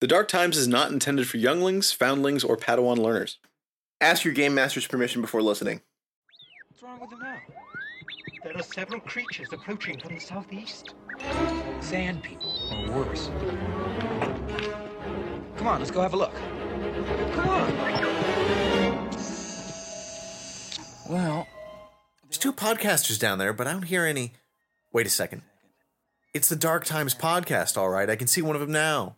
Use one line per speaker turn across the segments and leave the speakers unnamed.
The Dark Times is not intended for younglings, foundlings, or Padawan learners.
Ask your game master's permission before listening.
What's wrong with them now? There are several creatures approaching from the southeast. Sand people, or worse. Come on, let's go have a look. Come on. Well,
There's two podcasters down there, but I don't hear any. Wait a second. It's the Dark Times podcast, all right. I can see one of them now.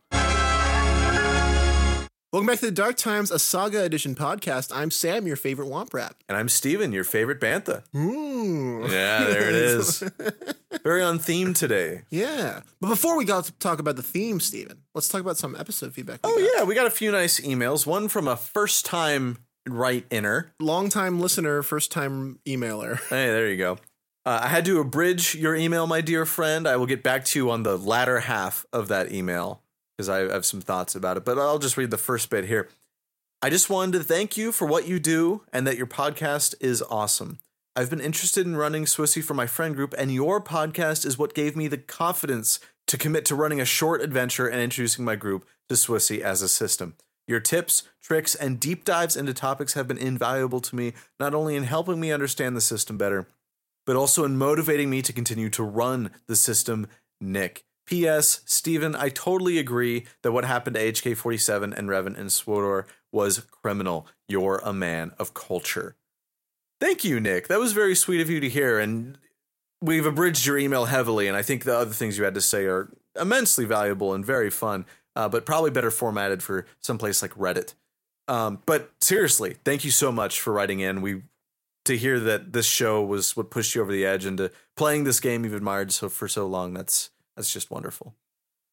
Welcome back to the Dark Times, a Saga Edition podcast. I'm Sam, your favorite Womp Rat.
And I'm Steven, your favorite Bantha.
Ooh.
Yeah, there it is. Very on theme today.
Yeah. But before we got to talk about the theme, Steven, let's talk about some episode feedback. we
Oh,
got.
yeah, we got a few nice emails. One from a first time right inner.
Longtime listener, first time emailer.
Hey, there you go. Uh, I had to abridge your email, my dear friend. I will get back to you on the latter half of that email because I have some thoughts about it, but I'll just read the first bit here. I just wanted to thank you for what you do and that your podcast is awesome. I've been interested in running Swissy for my friend group, and your podcast is what gave me the confidence to commit to running a short adventure and introducing my group to Swissy as a system. Your tips, tricks, and deep dives into topics have been invaluable to me, not only in helping me understand the system better, but also in motivating me to continue to run the system, Nick. P.S. Steven, I totally agree that what happened to HK 47 and Revan and Swodor was criminal. You're a man of culture. Thank you, Nick. That was very sweet of you to hear. And we've abridged your email heavily. And I think the other things you had to say are immensely valuable and very fun, uh, but probably better formatted for someplace like Reddit. Um, but seriously, thank you so much for writing in. We to hear that this show was what pushed you over the edge into playing this game you've admired so for so long. That's that's just wonderful.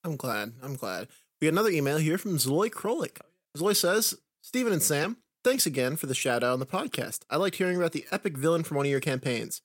I'm glad. I'm glad. We got another email here from Zloy Krolik. Zloy says, Steven and Sam, thanks again for the shout out on the podcast. I liked hearing about the epic villain from one of your campaigns.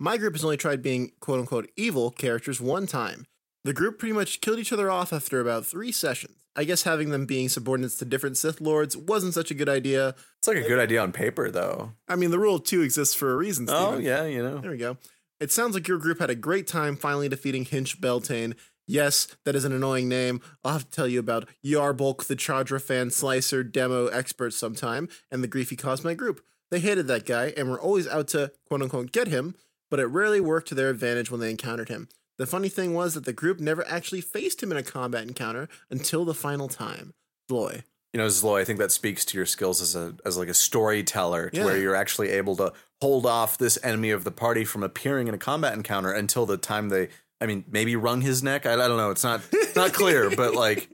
My group has only tried being quote unquote evil characters one time. The group pretty much killed each other off after about three sessions. I guess having them being subordinates to different Sith Lords wasn't such a good idea.
It's like a good idea on paper, though.
I mean, the rule of two exists for a reason, Steven.
Oh yeah, you know.
There we go. It sounds like your group had a great time finally defeating Hinch Beltane. Yes, that is an annoying name. I'll have to tell you about Yarbulk, the Chadra fan slicer demo expert sometime, and the grief he caused my group. They hated that guy and were always out to quote unquote get him, but it rarely worked to their advantage when they encountered him. The funny thing was that the group never actually faced him in a combat encounter until the final time. Loy.
you know, Zlo, I think that speaks to your skills as a as like a storyteller, to
Yeah.
where you're actually able to hold off this enemy of the party from appearing in a combat encounter until the time they, I mean, maybe wrung his neck. I, I don't know. It's not it's not clear, but like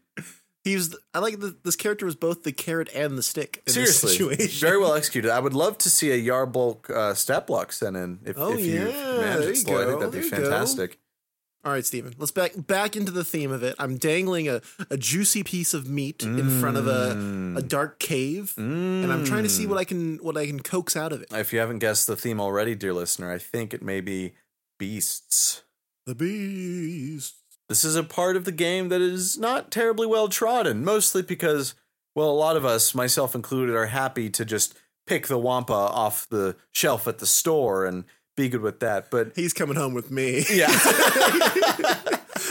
He's I like that this character was both the carrot and the stick in
seriously,
this situation.
very well executed. I would love to see a Yarbulk uh, step lock sent in if,
Oh,
if you
yeah,
manage
there
it.
you
Zlo. I think
go,
that'd be
there you go.
fantastic.
All right, Steven, let's back back into the theme of it. I'm dangling a, a juicy piece of meat in front of a, a dark cave, and I'm trying to see what I can what I can coax out of it.
Mm. If you haven't guessed the theme already, dear listener, I think it may be beasts.
The beast.
This is a part of the game that is not terribly well trodden, mostly because, well, a lot of us, myself included, are happy to just pick the Wampa off the shelf at the store and be good with that. But
He's coming home with me.
yeah,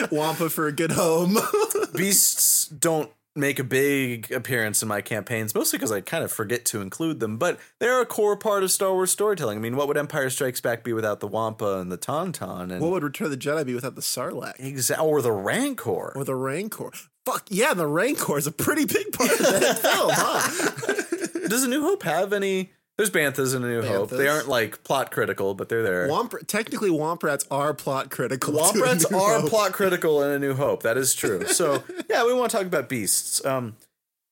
Wampa for a good home.
beasts don't make a big appearance in my campaigns, mostly because I kind of forget to include them, but they're a core part of Star Wars storytelling. I mean, what would Empire Strikes Back be without the Wampa and the Tauntaun and
what would Return of the Jedi be without the Sarlacc
exa- or the Rancor?
or the Rancor? Fuck yeah, the Rancor is a pretty big part of that film, huh?
Does A New Hope have any? There's Banthas in A New Hope. They
Banthas.
aren't like plot critical, but they're there.
Womp, technically, Womp rats are plot critical. to
Womp
A
rats
New
are
Hope.
plot critical in A New Hope. That is true. So yeah, we want to talk about beasts. Um,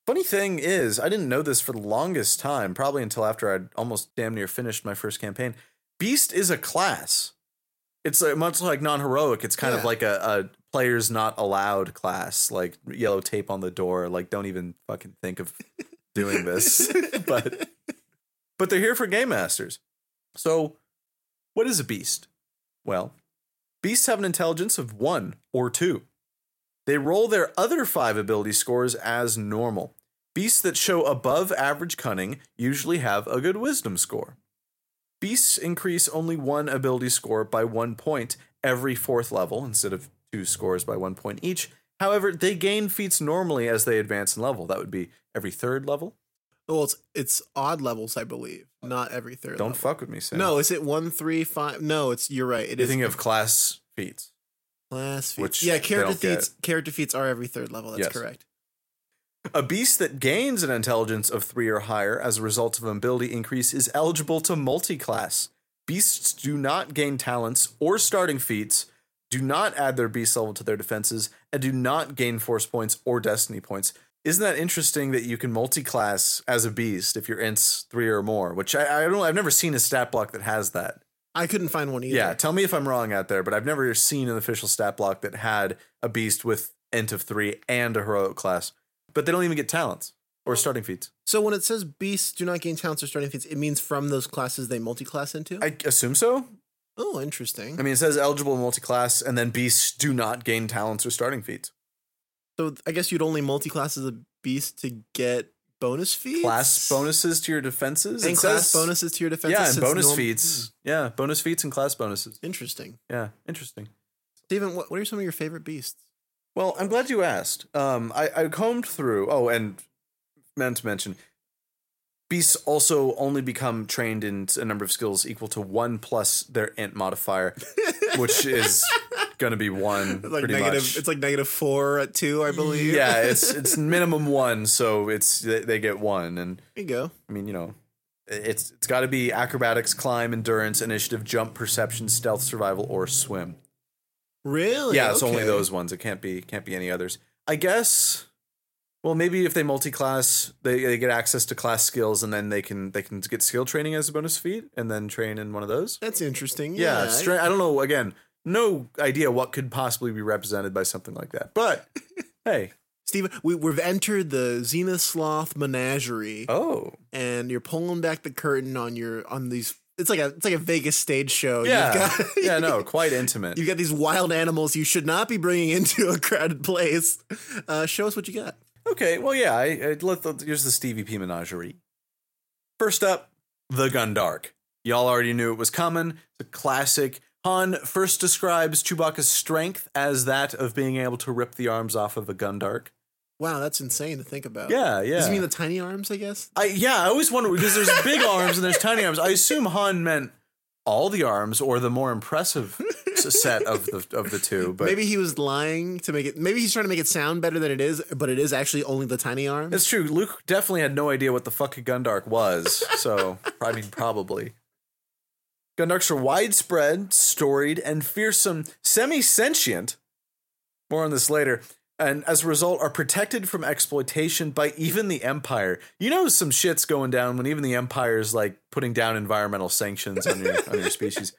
funny thing is, I didn't know this for the longest time, probably until after I'd almost damn near finished my first campaign. Beast is a class. It's uh much like non-heroic. It's kind of
Yeah.
like a, a players not allowed class, like yellow tape on the door. Like don't even fucking think of doing this. but but they're here for game masters. So what is a beast? Well, beasts have an intelligence of one or two. They roll their other five ability scores as normal. Beasts that show above average cunning usually have a good wisdom score. Beasts increase only one ability score by one point every fourth level instead of two scores by one point each. However, they gain feats normally as they advance in level. That would be every third level.
Well, it's it's odd levels, I believe, not every third.
Don't
level.
fuck with me, Sam.
No, is it one, three, five? No, it's you're right. It
you're
is
thinking of class feats.
class feats.
which
yeah,
they
character
don't get.
feats. Character feats are every third level. That's
Yes.
correct.
A beast that gains an intelligence of three or higher as a result of an ability increase is eligible to multi-class. Beasts do not gain talents or starting feats, do not add their beast level to their defenses, and do not gain force points or destiny points. Isn't that interesting that you can multi-class as a beast if you're ints three or more? Which I, I don't. I've never seen a stat block that has that.
I couldn't find one either.
Yeah, tell me if I'm wrong out there, but I've never seen an official stat block that had a beast with int of three and a heroic class, but they don't even get talents or starting feats.
So when it says beasts do not gain talents or starting feats, it means from those classes they multi-class into.
I assume so.
oh, interesting.
I mean, it says eligible multi-class, and then beasts do not gain talents or starting feats.
so I guess you'd only multi-class as a beast to get bonus feats,
Class bonuses to your defenses
and
It
class
says-
bonuses to your defense.
Yeah, and bonus feats.
Hmm.
Yeah, bonus feats and class bonuses.
Interesting,
Yeah, interesting.
Stephen. What, what are some of your favorite beasts?
Well, I'm glad you asked. Um, I, I combed through. Oh, and meant to mention, beasts also only become trained in a number of skills equal to one plus their int modifier, which is going to be one.
It's like
pretty
negative.
much.
It's like negative four at two, I believe.
yeah, it's it's minimum one, so it's they, they get one, and
there you go.
I mean you know, it's it's got to be acrobatics, climb, endurance, initiative, jump, perception, stealth, survival, or swim.
Really?
Yeah, it's only
Okay.
those ones. It can't be can't be any others. I guess. Well, maybe if they multi-class, they, they get access to class skills, and then they can they can get skill training as a bonus feat, and then train in one of those.
That's interesting.
Yeah,
Yeah,
stra- I don't know. Again, no idea what could possibly be represented by something like that. But hey,
Steven, we, we've entered the Xena Sloth Menagerie,
oh
and you're pulling back the curtain on your on these. It's like a it's like a Vegas stage show.
yeah,
You've got,
yeah, no, quite intimate.
You've got these wild animals you should not be bringing into a crowded place. Uh, show us what you got.
Okay, well, yeah. I, I let the, here's the Stevie P menagerie. First up, the Gundark. Y'all already knew it was coming. The classic. Han first describes Chewbacca's strength as that of being able to rip the arms off of a Gundark.
Wow, that's insane to think about.
Yeah, yeah.
Does he mean the tiny arms? I guess.
I yeah, I always wonder because there's big arms and there's tiny arms. I assume Han meant all the arms or the more impressive s- set of the of the two. But
maybe he was lying to make it. Maybe he's trying to make it sound better than it is, but it is actually only the tiny arms.
It's true. Luke definitely had no idea what the fuck a Gundark was. So, I mean, probably. Gundarks are widespread, storied, and fearsome, semi sentient. More on this later. And as a result, are protected from exploitation by even the Empire. You know, some shit's going down when even the Empire is like putting down environmental sanctions on your, on your species.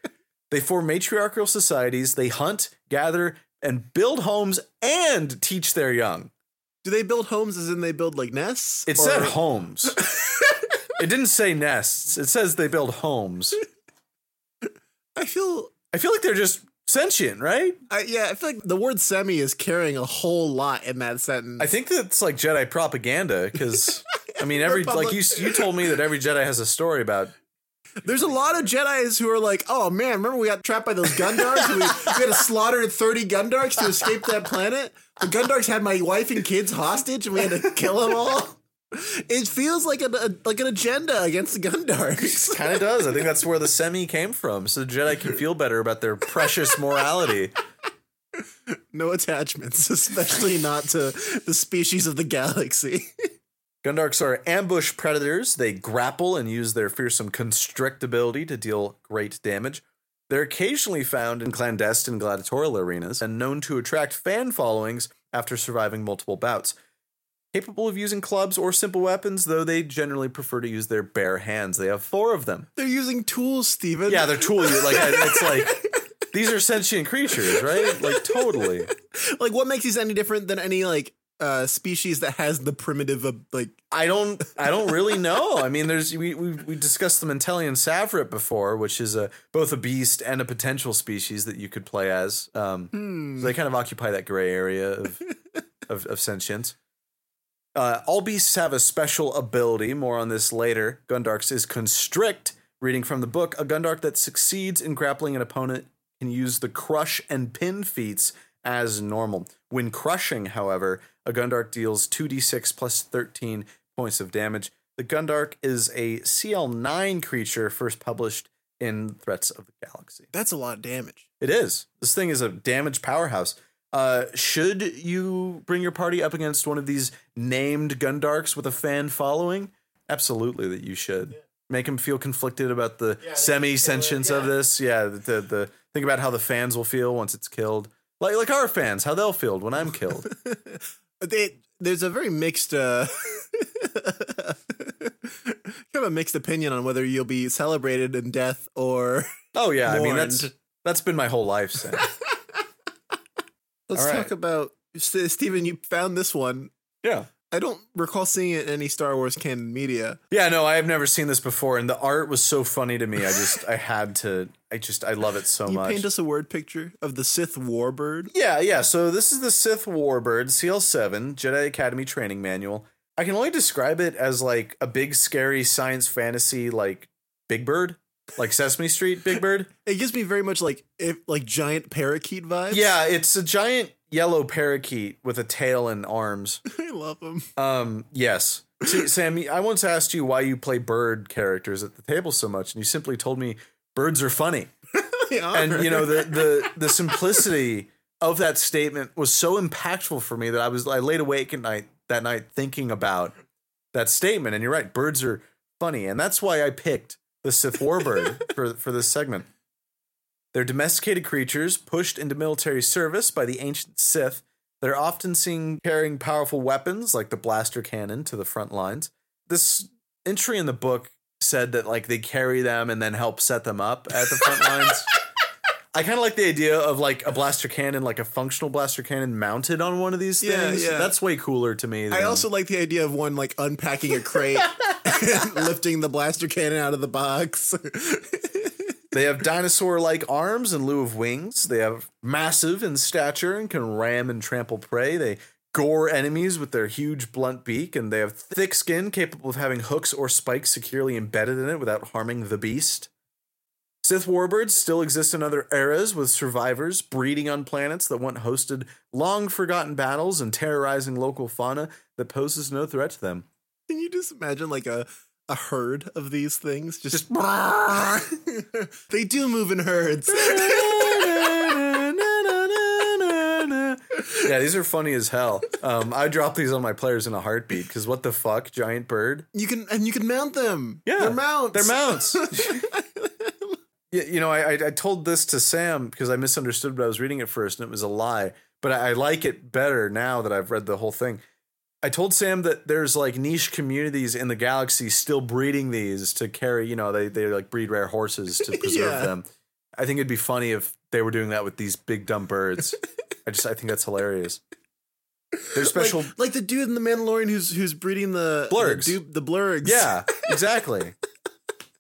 They form matriarchal societies, they hunt, gather, and build homes and teach their young.
Do they build homes as in they build like nests?
It
Or-
said homes. it didn't say nests. It says they build homes.
I feel.
I feel like they're just sentient, right?
I, yeah, I feel like the word semi is carrying a whole lot in that sentence.
I think that's like Jedi propaganda because I mean every like you you told me that every Jedi has a story about
There's a lot of Jedi's who are like, "Oh man, remember we got trapped by those Gundarks? we, we had to slaughter 30 Gundarks to escape that planet. The Gundarks had my wife and kids hostage, and we had to kill them all." It feels like an a, like an agenda against the Gundarks.
kind of does. I think that's where the semi came from, so the Jedi can feel better about their precious morality.
No attachments, especially not to the species of the galaxy.
Gundarks are ambush predators. They grapple and use their fearsome constrict ability to deal great damage. They're occasionally found in clandestine gladiatorial arenas and known to attract fan followings after surviving multiple bouts. Capable of using clubs or simple weapons, though they generally prefer to use their bare hands. They have four of them.
They're using tools, Steven.
Yeah, they're tool. you- Like it's like these are sentient creatures, right? Like totally.
like what makes these any different than any like uh species that has the primitive uh, like
I don't I don't really know. I mean, there's we we, we discussed the Mentellian Savrit before, which is a both a beast and a potential species that you could play as. Um, so they kind of occupy that gray area of of, of sentience. Uh, all beasts have a special ability. More on this later. Gundarks is constrict. Reading from the book, a Gundark that succeeds in grappling an opponent can use the crush and pin feats as normal. When crushing, however, a Gundark deals 2d6 plus 13 points of damage. The Gundark is a CL9 creature first published in Threats of the Galaxy.
That's a lot of damage.
It is. This thing is a damage powerhouse. Uh, should you bring your party up against one of these named Gundarks with a fan following? Absolutely, that you should. Make them feel conflicted about the
Yeah, they-
semi sentience of
yeah.
this. Yeah, the, the the- think about how the fans will feel once it's killed. Like like our fans, how they'll feel when I'm killed.
they, there's a very mixed, uh, kind of mixed opinion on whether you'll be celebrated in death or.
Oh yeah, I mean that's
Mourned.
that's been my whole life. Sam.
Let's
All right.
talk about S- Steven, You found this one.
yeah.
I don't recall seeing it in any Star Wars canon media.
Yeah, no, I have never seen this before, and the art was so funny to me. I just, I had to, I just, I love it so
you
much.
paint us a word picture of the Sith warbird.
Yeah, yeah. So this is the Sith Warbird CL7 Jedi Academy training manual. I can only describe it as like a big scary science fantasy like Big Bird, like Sesame Street Big Bird.
It gives me very much like if, like giant parakeet vibes.
yeah, it's a giant yellow parakeet with a tail and arms.
I love them.
Um, yes. See, Sam, I once asked you why you play bird characters at the table so much, and you simply told me birds are funny. and you know the the the simplicity of that statement was so impactful for me that I was I laid awake at night that night thinking about that statement. And you're right, birds are funny, and that's why I picked the Sith warbird for for this segment. They're domesticated creatures pushed into military service by the ancient Sith. They're often seen carrying powerful weapons like the blaster cannon to the front lines. This entry in the book said that like they carry them and then help set them up at the front lines. I kind of like the idea of like a blaster cannon, like a functional blaster cannon mounted on one of these
Yeah,
things.
yeah.
That's way cooler to me.
I
than-
also like the idea of one like unpacking a crate, and lifting the blaster cannon out of the box.
They have dinosaur like arms in lieu of wings. They have massive in stature and can ram and trample prey. They gore enemies with their huge blunt beak, and they have thick skin capable of having hooks or spikes securely embedded in it without harming the beast. Sith warbirds still exist in other eras, with survivors breeding on planets that once hosted long forgotten battles and terrorizing local fauna that poses no threat to them.
Can you just imagine like a a herd of these things? Just, they do move in herds.
yeah, these are funny as hell. Um, I drop these on my players in a heartbeat because what the fuck, giant bird?
You can and you can mount them.
Yeah,
they're mounts.
They're mounts. you, you know, I, I I told this to Sam because I misunderstood what I was reading at first, and it was a lie. But I, I like it better now that I've read the whole thing. I told Sam that there's like niche communities in the galaxy still breeding these to carry. You know, they they like breed rare horses to preserve
Yeah.
them. I think it'd be funny if they were doing that with these big dumb birds. I just I think that's hilarious. They're
Like,
special.
like the dude in the Mandalorian who's who's breeding the
Blurgs.
The, dude- the blurgs.
Yeah, exactly.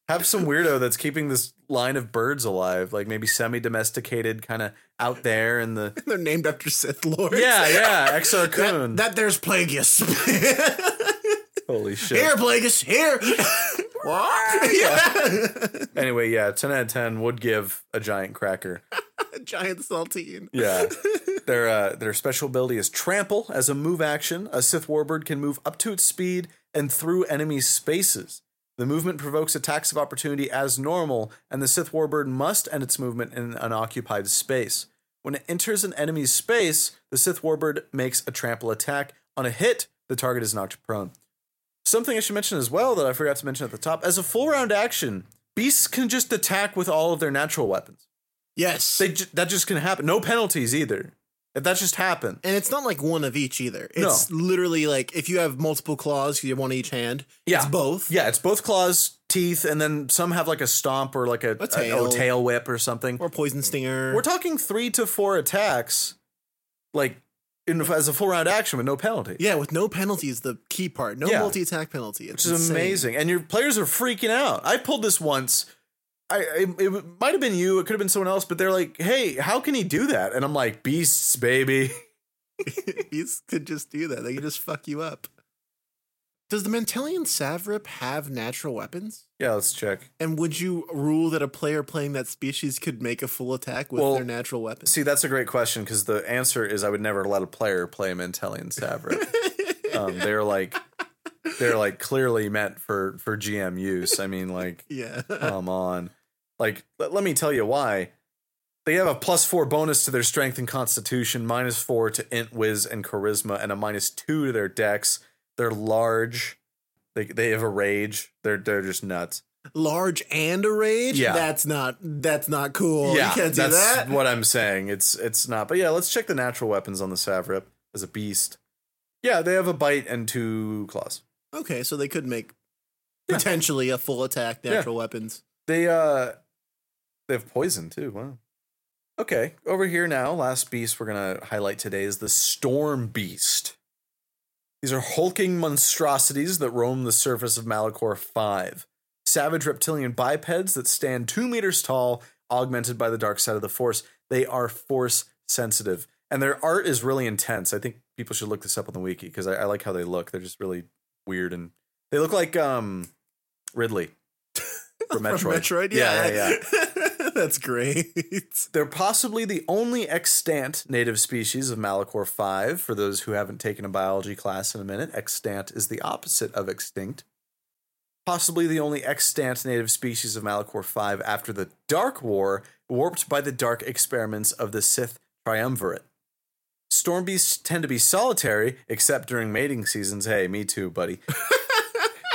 Have some weirdo that's keeping this line of birds alive, like maybe semi-domesticated, kind of out there in the.
they're named after Sith lords.
Yeah, yeah, XR
That,
Coon.
that there's Plagueis.
Holy shit.
here, Plagueis. Here. yeah.
Anyway, yeah, ten out of ten would give a giant cracker.
Giant saltine.
Yeah. Their uh, their special ability is trample as a move action. A Sith Warbird can move up to its speed and through enemy spaces. The movement provokes attacks of opportunity as normal, and the Sith Warbird must end its movement in an unoccupied space. When it enters an enemy's space, the Sith Warbird makes a trample attack. On a hit, the target is knocked prone. Something I should mention as well that I forgot to mention at the top as a full round action, beasts can just attack with all of their natural weapons.
Yes.
They ju- that just can happen. No penalties either. If that just happened.
and it's not like one of each either.
No.
It's literally like if you have multiple claws, you have one in each hand.
Yeah.
It's both.
Yeah, it's both claws, teeth, and then some have like a stomp or like a, a-
tail.
oh, tail whip or something.
Or poison stinger.
We're talking three to four attacks, like in, as a full round action with no penalty.
yeah, with no penalties, the key part. No
Yeah.
multi attack penalty. It's
which is
insane.
amazing. And your players are freaking out. I pulled this once. I it, it might have been you. It could have been someone else. But they're like, "Hey, how can he do that?" And I'm like, "Beasts, baby."
Beasts could just do that. They could just fuck you up. Does the Mantelian Savrip have natural weapons?
Yeah, let's check.
And would you rule that a player playing that species could make a full attack with
Well,
their natural weapons?
See, that's a great question because the answer is I would never let a player play a Mentellian Savrip. um, they're like they're like clearly meant for for GM use. I mean, like
yeah.
come on, like let, let me tell you why. They have a plus four bonus to their strength and constitution, minus four to int, whiz, and charisma, and a minus two to their dex. They're large. They they have a rage. They're they're just nuts.
Large and a rage?
Yeah.
That's not that's not cool.
yeah,
you can't do
that's
that.
what I'm saying. It's it's not. But yeah, let's check the natural weapons on the Savrip as a beast. Yeah, they have a bite and two claws.
Okay, so they could make potentially a full attack natural weapons.
They uh they have poison too. Wow. Okay, over here now, last beast we're gonna highlight today is the Storm Beast. These are hulking monstrosities that roam the surface of Malachor 5. Savage reptilian bipeds that stand two meters tall, augmented by the dark side of the force. They are force sensitive. And their art is really intense. I think people should look this up on the wiki because I, I like how they look. They're just really weird and they look like um Ridley from Metroid.
From Metroid?
yeah, yeah. yeah.
that's great.
They're possibly the only extant native species of Malachor 5. For those who haven't taken a biology class in a minute, extant is the opposite of extinct. Possibly the only extant native species of Malachor 5 after the Dark War, warped by the dark experiments of the Sith Triumvirate. Storm beasts tend to be solitary, except during mating seasons. Hey, me too, buddy.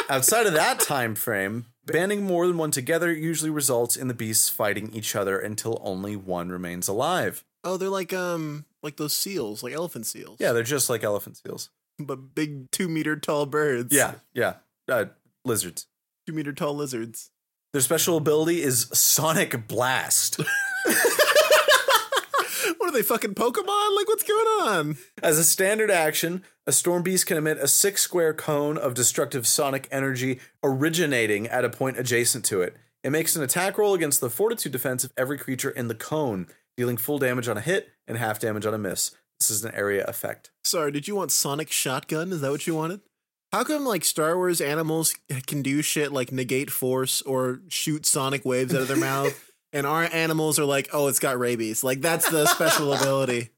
Outside of that time frame, banning more than one together usually results in the beasts fighting each other until only one remains alive.
Oh, they're like um like those seals, like elephant seals.
Yeah, they're just like elephant seals.
But big two meter tall birds.
Yeah, yeah. Uh, lizards.
Two meter tall lizards.
Their special ability is Sonic Blast.
What are they fucking Pokemon? Like what's going on?
As a standard action, a storm beast can emit a six square cone of destructive sonic energy originating at a point adjacent to it. It makes an attack roll against the fortitude defense of every creature in the cone, dealing full damage on a hit and half damage on a miss. This is an area effect.
Sorry, did you want Sonic Shotgun? Is that what you wanted? How come like Star Wars animals can do shit like negate force or shoot sonic waves out of their mouth, and our animals are like, oh, it's got rabies. Like that's the special ability.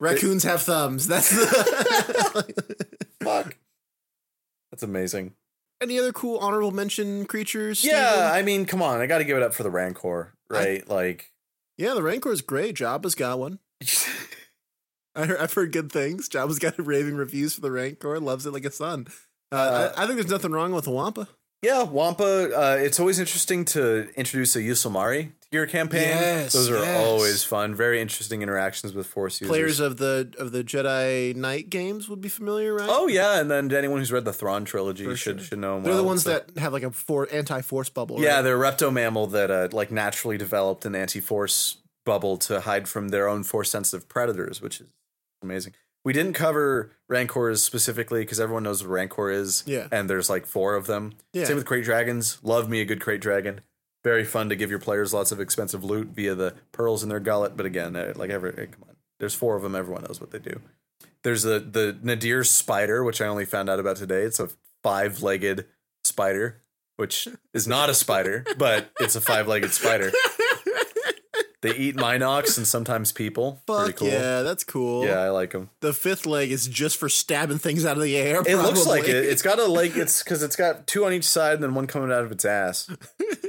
Raccoons have thumbs. That's the.
Fuck. That's amazing.
Any other cool honorable mention creatures?
Yeah,
Steven?
I mean, come on. I got to give it up for the Rancor, right? like,
yeah. The Rancor is great. Jabba's got one. I heard, I've heard good things. Jabba's got raving reviews for the Rancor. Loves it like a son. Uh,
Uh,
I, I think there's nothing wrong with a Wampa.
yeah, Wampa. Uh, it's always interesting to introduce a Yusumari to your campaign.
Yes,
Those are
yes.
always fun. Very interesting interactions with Force users.
Players of the of the Jedi Knight games would be familiar, right?
oh, yeah. And then anyone who's read the Thrawn trilogy
For
should,
sure.
should know 'em
they're the
well.
ones
So-
that have like a for anti force bubble.
Yeah,
right?
they're a repto mammal that uh, like naturally developed an anti-force bubble to hide from their own force-sensitive predators, which is amazing. We didn't cover rancors specifically because everyone knows what a rancor is.
Yeah.
and there's like four of them.
Yeah.
Same with crate dragons. Love me a good crate dragon. Very fun to give your players lots of expensive loot via the pearls in their gullet. But again, uh, like every eh, come on, there's four of them. Everyone knows what they do. There's the the nadir spider, which I only found out about today. It's a five-legged spider which is not a spider, but it's a five-legged spider. They eat minox and sometimes people. Pretty
Fuck
cool.
yeah, that's cool.
Yeah, I like them.
The fifth leg is just for stabbing things out of the air.
It looks like
probably.
it. It's got a leg. It's because it's got two on each side and then one coming out of its ass.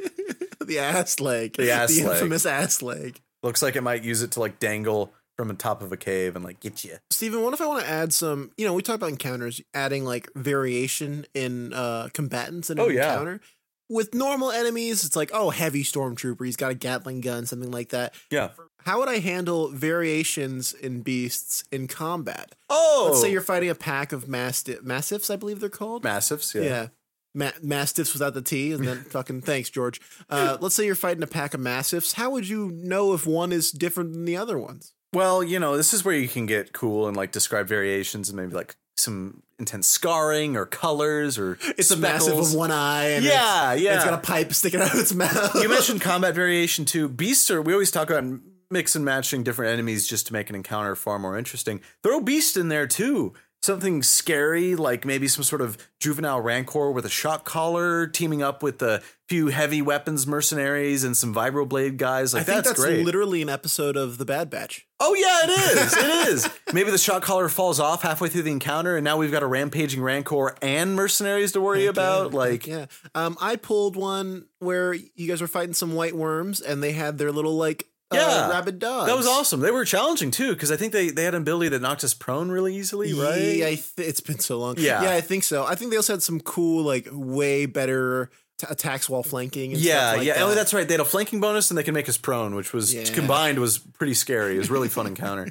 the ass leg.
The ass
The
leg.
infamous ass leg.
Looks like it might use it to like dangle from the top of a cave and like get you.
Steven, what if I want to add some? You know, we talked about encounters, adding like variation in uh combatants in an
Oh, yeah.
encounter. With normal enemies, it's like, oh, heavy stormtrooper, he's got a Gatling gun, something like that.
Yeah.
How would I handle variations in beasts in combat?
Oh,
Let's say you're fighting a pack of mastiff, mastiffs, I believe they're called.
massives. Yeah.
yeah. Ma- mastiffs without the T, and then fucking thanks, George. Uh, let's say you're fighting a pack of mastiffs. How would you know if one is different than the other ones?
Well, you know, this is where you can get cool and like describe variations and maybe like some intense scarring or colors or
It's a massive
speckles.
of one eye. And it's-
yeah, yeah.
And it's got a pipe sticking out of its mouth.
you mentioned combat variation too. Beasts are, we always talk about mix and matching different enemies just to make an encounter far more interesting. Throw beast in there too. something scary, like maybe some sort of juvenile rancor with a shock collar, teaming up with a few heavy weapons mercenaries and some vibroblade guys. Like
I think
that's,
that's
great.
literally an episode of The Bad Batch.
oh yeah, it is. It is. Maybe the shock collar falls off halfway through the encounter, and now we've got a rampaging rancor and mercenaries to worry about. like
Yeah. Um, I pulled one where you guys were fighting some white worms and they had their little like uh,
Yeah.
rabid dogs.
that was awesome. They were challenging too because I think they they had an ability that knocked us prone really easily, right?
Yeah, I th- it's been so long.
Yeah.
yeah, I think so. I think they also had some cool, like, way better t- attacks while flanking. And
Yeah,
stuff like
yeah.
That.
Oh, that's right. They had a flanking bonus, and they can make us prone, which was
Yeah.
combined was pretty scary. It was a really fun encounter.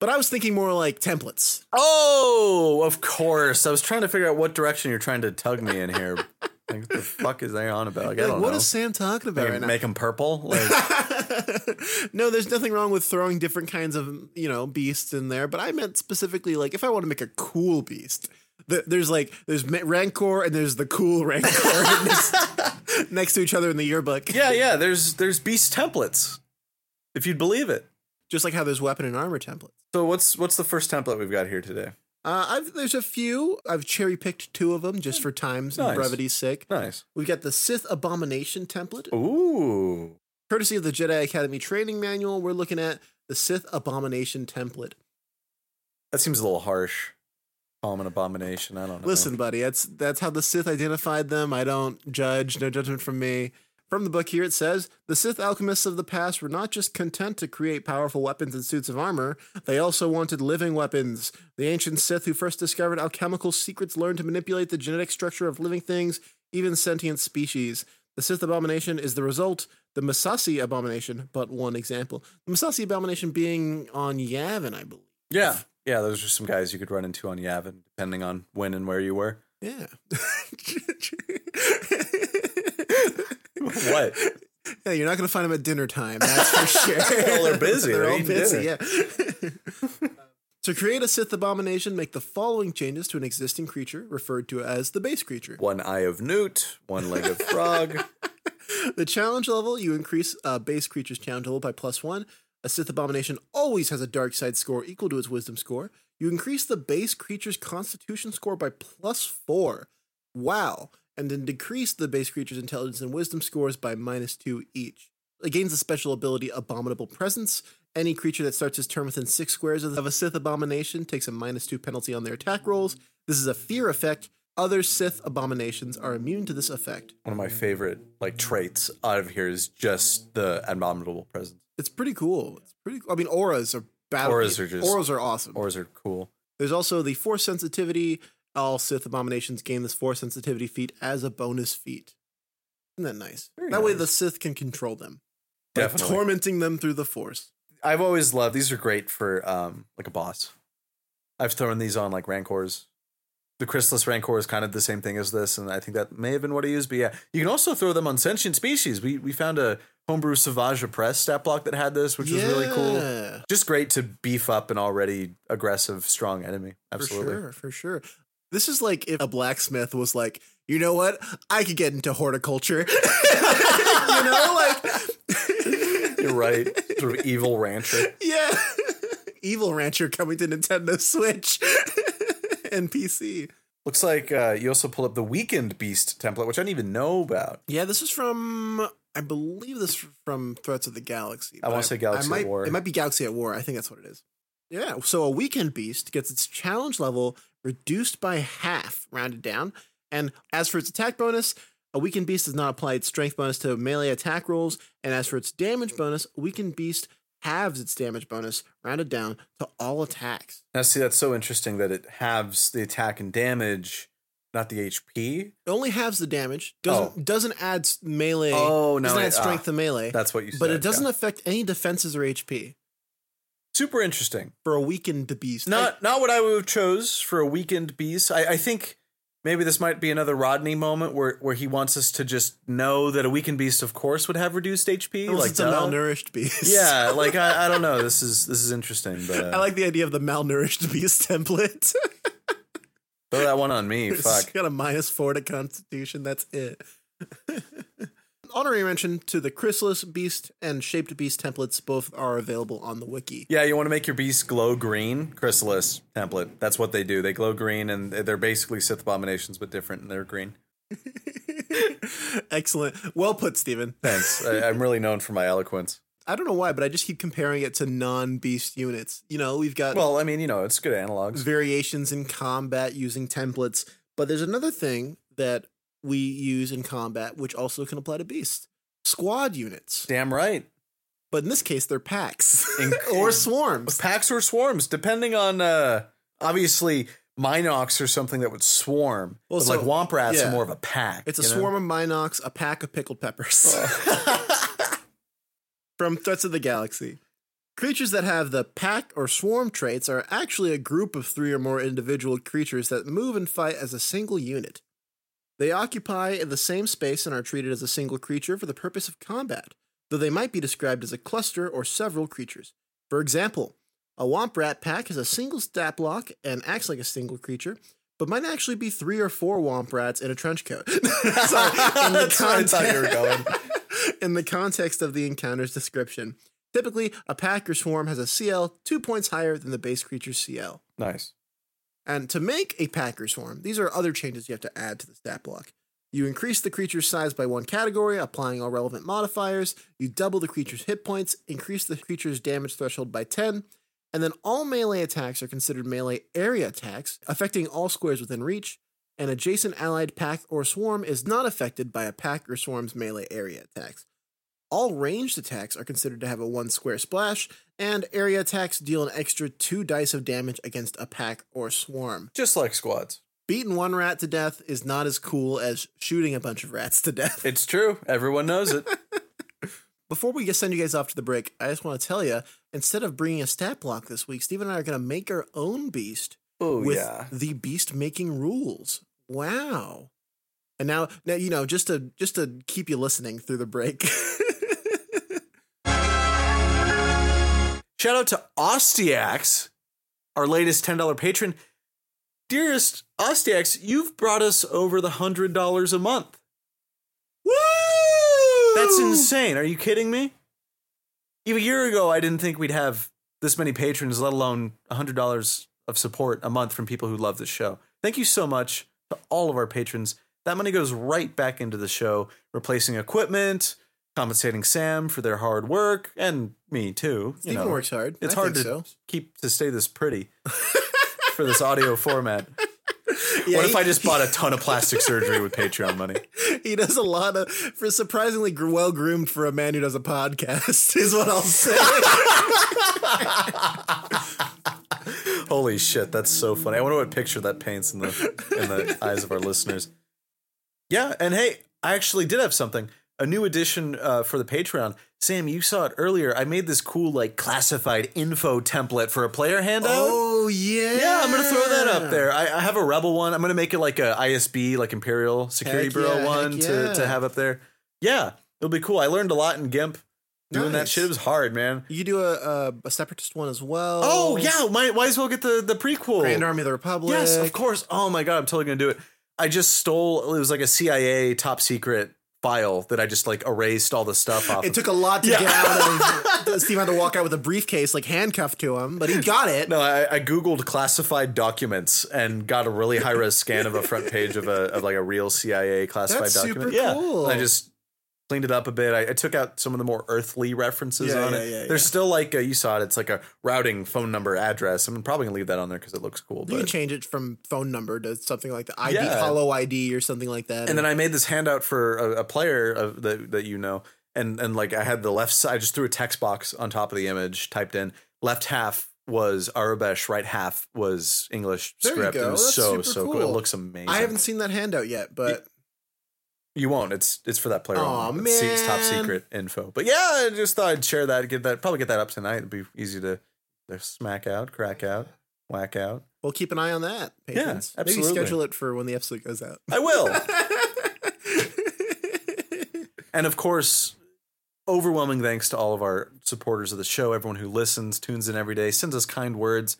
But I was thinking more like templates.
Oh, of course. I was trying to figure out what direction you're trying to tug me in here. like, what the fuck is they on about? Like, I
Like,
don't
what
know.
is Sam talking about
make,
right now?
make 'em purple. Like,
no, there's nothing wrong with throwing different kinds of you know beasts in there, but I meant specifically like if I want to make a cool beast, th- there's like there's ma- Rancor and there's the cool Rancor next, next to each other in the yearbook.
yeah, yeah. There's there's beast templates, if you'd believe it.
just like how there's weapon and armor templates.
So what's what's the first template we've got here today?
Uh, I've, there's a few. I've cherry picked two of them just for times
Nice.
and brevity's sake.
Nice.
We've got the Sith Abomination template,
Ooh.
courtesy of the Jedi Academy Training Manual. We're looking at the Sith Abomination template.
That seems a little harsh. Common abomination. I don't know.
Listen, buddy, that's that's how the Sith identified them. I don't judge, no judgment from me. From the book here, it says the Sith alchemists of the past were not just content to create powerful weapons and suits of armor; they also wanted living weapons. The ancient Sith who first discovered alchemical secrets learned to manipulate the genetic structure of living things, even sentient species. The Sith abomination is the result. The Masasi abomination, but one example. The Masasi abomination being on Yavin, I believe.
Yeah. Yeah, those are some guys you could run into on Yavin, depending on when and where you were.
Yeah.
What?
Yeah, you're not going to find them at dinner time. That's for sure.
Well, they're busy.
they're
They're
all
eating
busy.
dinner.
Yeah. to create a Sith abomination, make the following changes to an existing creature referred to as the base creature.
One eye of newt, one leg of frog.
The challenge level, you increase a base creature's challenge level by plus one. A Sith abomination always has a dark side score equal to its wisdom score. You increase the base creature's constitution score by plus four. Wow. And then decrease the base creature's intelligence and wisdom scores by minus two each. It gains the special ability Abominable Presence. Any creature that starts its turn within six squares of a Sith abomination takes a minus two penalty on their attack rolls. This is a fear effect. Other Sith abominations are immune to this effect.
One of my favorite like traits out of here is just the abominable presence.
It's pretty cool. It's pretty. I mean, auras are bad.
Auras are just-
auras are awesome.
Ors are cool.
There's also the force sensitivity. All Sith abominations gain this force sensitivity feat as a bonus feat. Isn't that nice?
Very
that way,
nice.
the Sith can control them, by
Definitely.
tormenting them through the force.
I've always loved these are great for um like a boss. I've thrown these on like rancors. The chrysalis rancor is kind of the same thing as this, and I think that may have been what I used. But yeah, you can also throw them on sentient species. We we found a homebrew Savage Press stat block that had this, which was really cool.
Yeah,
Just great to beef up an already aggressive, strong enemy.
For
Absolutely.
sure, for sure. This is like if a blacksmith was like, you know what, I could get into horticulture. you know, like
You're right. Sort of evil rancher.
Yeah. Evil Rancher coming to Nintendo Switch and PC.
Looks like uh, you also pull up the Weekend Beast template, which I didn't even know about.
Yeah, this is from I believe this is from Threats of the Galaxy.
I wanna
but
say Galaxy
I
at
might,
War.
It might be Galaxy at War. I think that's what it is. Yeah. So a weekend beast gets its challenge level reduced by half, rounded down. And as for its attack bonus, a weakened beast does not apply its strength bonus to melee attack rolls. And as for its damage bonus, a weakened beast halves its damage bonus, rounded down to all attacks.
Now, see, that's so interesting that it halves the attack and damage, not the HP.
It only halves the damage. Doesn't doesn't add s- melee.
Oh, no,
doesn't
it-
add strength to melee.
That's what you said.
but it doesn't
yeah.
affect any defenses or HP
Super interesting.
for a weakened beast.
Not not what I would have chose for a Weekend Beast. I, I think maybe this might be another Rodney moment where, where he wants us to just know that a Weekend Beast, of course, would have reduced HP.
I, unless
like
it's a
duh.
malnourished beast.
Yeah, like I, I don't know. This is this is interesting, but uh,
I like the idea of the malnourished beast template.
throw that one on me.
It's
Fuck.
got a minus four to Constitution. That's it. honorary mention to the Chrysalis Beast and Shaped Beast templates. Both are available on the wiki.
Yeah, you want to make your beast glow green, chrysalis template. That's what they do. They glow green, and they're basically Sith abominations, but different, and they're green.
Excellent. Well put, Steven.
Thanks. I, I'm really known for my eloquence.
I don't know why, but I just keep comparing it to non beast units. You know, we've got
Well, I mean, you know, it's good analogs.
variations in combat using templates, but there's another thing that we use in combat which also can apply to beasts squad units.
Damn right.
But in this case, they're packs
In-
or swarms.
Packs or swarms, depending on uh obviously Minox or something that would swarm.
Well,
But
so-
like Womp Rats
yeah.
are more of a pack.
It's a
you know?
swarm of Minox, a pack of pickled peppers.
Oh.
From Threats of the Galaxy. Creatures that have the pack or swarm traits are actually a group of three or more individual creatures that move and fight as a single unit. They occupy the same space and are treated as a single creature for the purpose of combat, though they might be described as a cluster or several creatures. For example, a Womp Rat pack is a single stat block and acts like a single creature, but might actually be three or four Womp Rats in a trench coat. Sorry, in the
That's where I thought you were going.
in the context of the encounter's description. Typically, a pack or swarm has a CL two points higher than the base creature's CL.
Nice.
And to make a pack or swarm, these are other changes you have to add to the stat block. You increase the creature's size by one category, applying all relevant modifiers. You double the creature's hit points, increase the creature's damage threshold by 10. And then all melee attacks are considered melee area attacks, affecting all squares within reach. An adjacent allied pack or swarm is not affected by a pack or swarm's melee area attacks. All ranged attacks are considered to have a one square splash, and area attacks deal an extra two dice of damage against a pack or swarm.
Just like squads.
Beating one rat to death is not as cool as shooting a bunch of rats to death.
It's true. Everyone knows it.
Before we just send you guys off to the break, I just want to tell you instead of bringing a stat block this week, Steve and I are going to make our own beast
Oh
with
yeah.
the beast making rules. Wow. And now, now you know, just to just to keep you listening through the break.
Shout out to Ostiax, our latest $10 patron. Dearest Ostiax, you've brought us over the $100 a month.
Woo!
That's insane. Are you kidding me? Even a year ago, I didn't think we'd have this many patrons, let alone $100 of support a month from people who love this show. Thank you so much to all of our patrons. That money goes right back into the show, replacing equipment, compensating Sam for their hard work, and me too. you
Steven
know.
works hard.
It's
I
hard to
think so.
keep to stay this pretty for this audio format.
Yeah,
what if
he-
I just bought a ton of plastic surgery with Patreon money?
he does a lot of for surprisingly gr- well groomed for a man who does a podcast is what i'll say
Holy shit, that's so funny. I wonder what picture that paints in the in the eyes of our listeners. Yeah, and hey, I actually did have something. A new addition uh, for the Patreon. Sam, you saw it earlier. I made this cool like classified info template for a player handout.
Oh, yeah
Oh, Yeah, I'm gonna throw that up there. I, I have a rebel one. I'm gonna make it like a ISB, like Imperial Security
Heck
Bureau
yeah,
one
heck
to,
yeah.
to have up there. Yeah, it'll be cool. I learned a lot in GIMP doing that
Nice.
shit. It was hard, man.
you do a, a a separatist one as well
Oh, yeah, might might as well get the the prequel.
grand army of the republic
yes, of course. Oh my god, I'm totally gonna do it. I just stole. It was like a CIA top secret file that I just like erased all the stuff off.
it
of.
took a lot to
Yeah.
get out of steve had to walk out with a briefcase like handcuffed to him but he got it
No, I, I googled classified documents and got a really high res scan of a front page of a of like a real CIA classified
That's super
document.
cool.
I just cleaned it up a bit. I, I took out some of the more earthly references
Yeah,
on
yeah,
it.
yeah,
There's
yeah.
still like a, you saw it. It's like a routing phone number address. I'm probably gonna leave that on there because it looks cool.
you can
But
change it from phone number to something like the ID,
Yeah.
hollow ID, or something like that.
and then I made this handout for a, a player of, that that you know, and and like I had the left side. I just threw a text box on top of the image, typed in left half was Arabesh, right half was English
There you
script.
go.
It was
That's
so
super
so cool. It
cool.
looks amazing.
I haven't seen that handout yet, but
You won't. It's it's for that player.
Aw,
only. It's se- it's top
man.
secret info. But yeah, I just thought I'd share that. Get that. Probably get that up tonight. It'd be easy to to smack out, crack out, whack out.
We'll keep an eye on that. Patrons.
absolutely.
Maybe schedule it for when the episode goes out.
I will. and of course, overwhelming thanks to all of our supporters of the show, everyone who listens, tunes in every day, sends us kind words.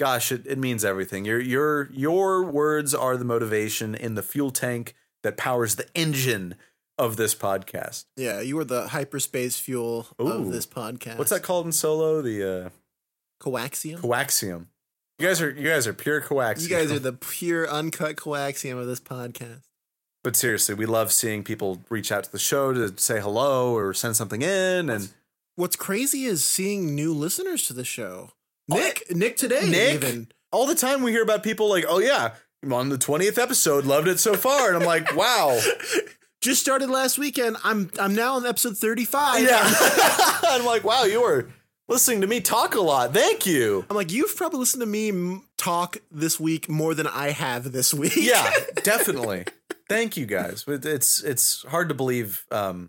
Gosh, it, it means everything. Your your your words are the motivation in the fuel tank that powers the engine of this podcast.
Yeah, you were the hyperspace fuel
Ooh.
of this podcast.
What's that called in solo? The uh,
Coaxium?
coaxium. You guys are you guys are pure coaxium.
you guys are the pure uncut coaxium of this podcast.
But seriously, we love seeing people reach out to the show to say hello or send something in. And
What's crazy is seeing new listeners to the show. Nick, Nick today,
Oh, Nick?
even.
all the time we hear about people like, oh yeah, I'm on the 20th episode, loved it so far. And I'm like, wow.
Just started last weekend. I'm I'm now on episode 35.
Yeah. I'm like, wow, you were listening to me talk a lot. Thank you.
I'm like, you've probably listened to me m- talk this week more than I have this week.
Yeah, definitely. Thank you guys. But It's it's hard to believe um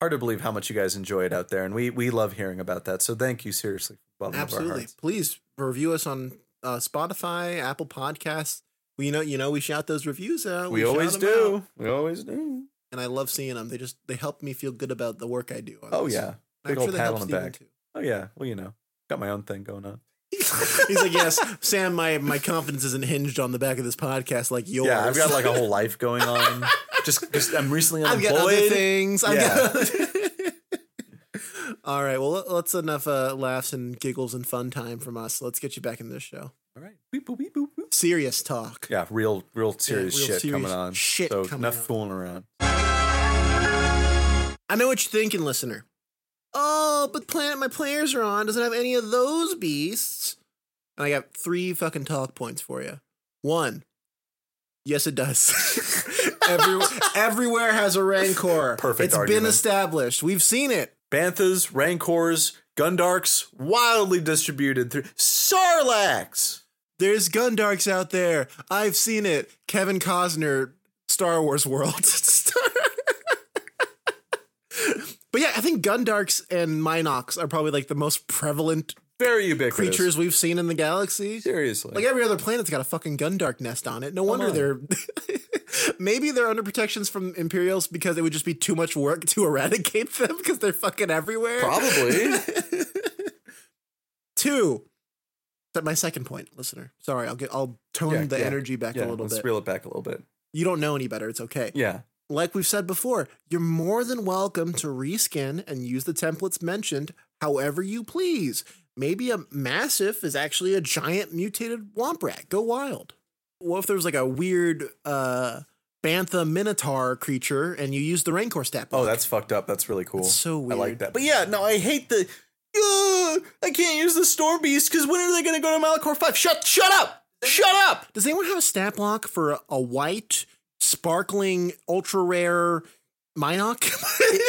hard to believe how much you guys enjoy it out there. And we we love hearing about that. So thank you seriously from the bottom of our
Absolutely.
hearts.
Please review us on uh, Spotify, Apple Podcasts. We you know you know we shout those reviews out.
We
shout
always
them
do.
out,
We always do.
and I love seeing them. They just they help me feel good about the work I do. on
Oh
this.
yeah.
I'm
Big old
sure they
pat
help
on the
Steven
back.
too.
Oh yeah. Well, you know, got my own thing going on.
He's like, yes, Sam. My my confidence isn't hinged on the back of this podcast like yours.
Yeah, I've got like a whole life going on. just, just I'm recently
I've got other
unemployed.
things. I've
Yeah.
got- All right. Well, let- let's enough uh, laughs and giggles and fun time from us. Let's get you back in this show.
All right. Beep, boop, beep, boop, boop.
Serious talk.
Yeah, real, real serious
real
shit
serious
coming on.
shit
so
coming
enough
on.
fooling around.
I know what you're thinking, listener. Oh, but the planet my players are on doesn't have any of those beasts. And I got three fucking talk points for you. One, yes, it does. Every, everywhere has a rancor.
Perfect
It's
argument.
been established. We've seen it.
Banthas, Rancors, Gundarks, wildly distributed through Sarlax.
There's Gundarks out there. I've seen it. Kevin Cosner, Star Wars World. Star- but yeah, I think Gundarks and Minox are probably like the most prevalent
Very ubiquitous.
creatures we've seen in the galaxy.
Seriously.
Like every other planet's got a fucking Gundark nest on it. No wonder
on.
they're. Maybe they're under protections from Imperials because it would just be too much work to eradicate them because they're fucking everywhere.
Probably.
Two. That's my second point, listener. Sorry, I'll get I'll tone
Yeah,
the
yeah,
energy back
yeah,
a little
let's
bit.
reel it back a little bit.
you don't know any better. It's okay.
Yeah.
Like we've said before, you're more than welcome to reskin and use the templates mentioned however you please. Maybe a massif is actually a giant mutated womp rat. Go wild. What if there was like a weird uh bantha minotaur creature and you use the rancor stat?
Oh,
block?
that's fucked up. That's really cool.
That's so weird.
I like that. But yeah, no, I hate the. "Ugh, I can't use the Storm Beast because when are they going to go to Malachor Five? Shut, shut up, shut up.
Does anyone have a stat block for a, a white, sparkling, ultra rare Minoc?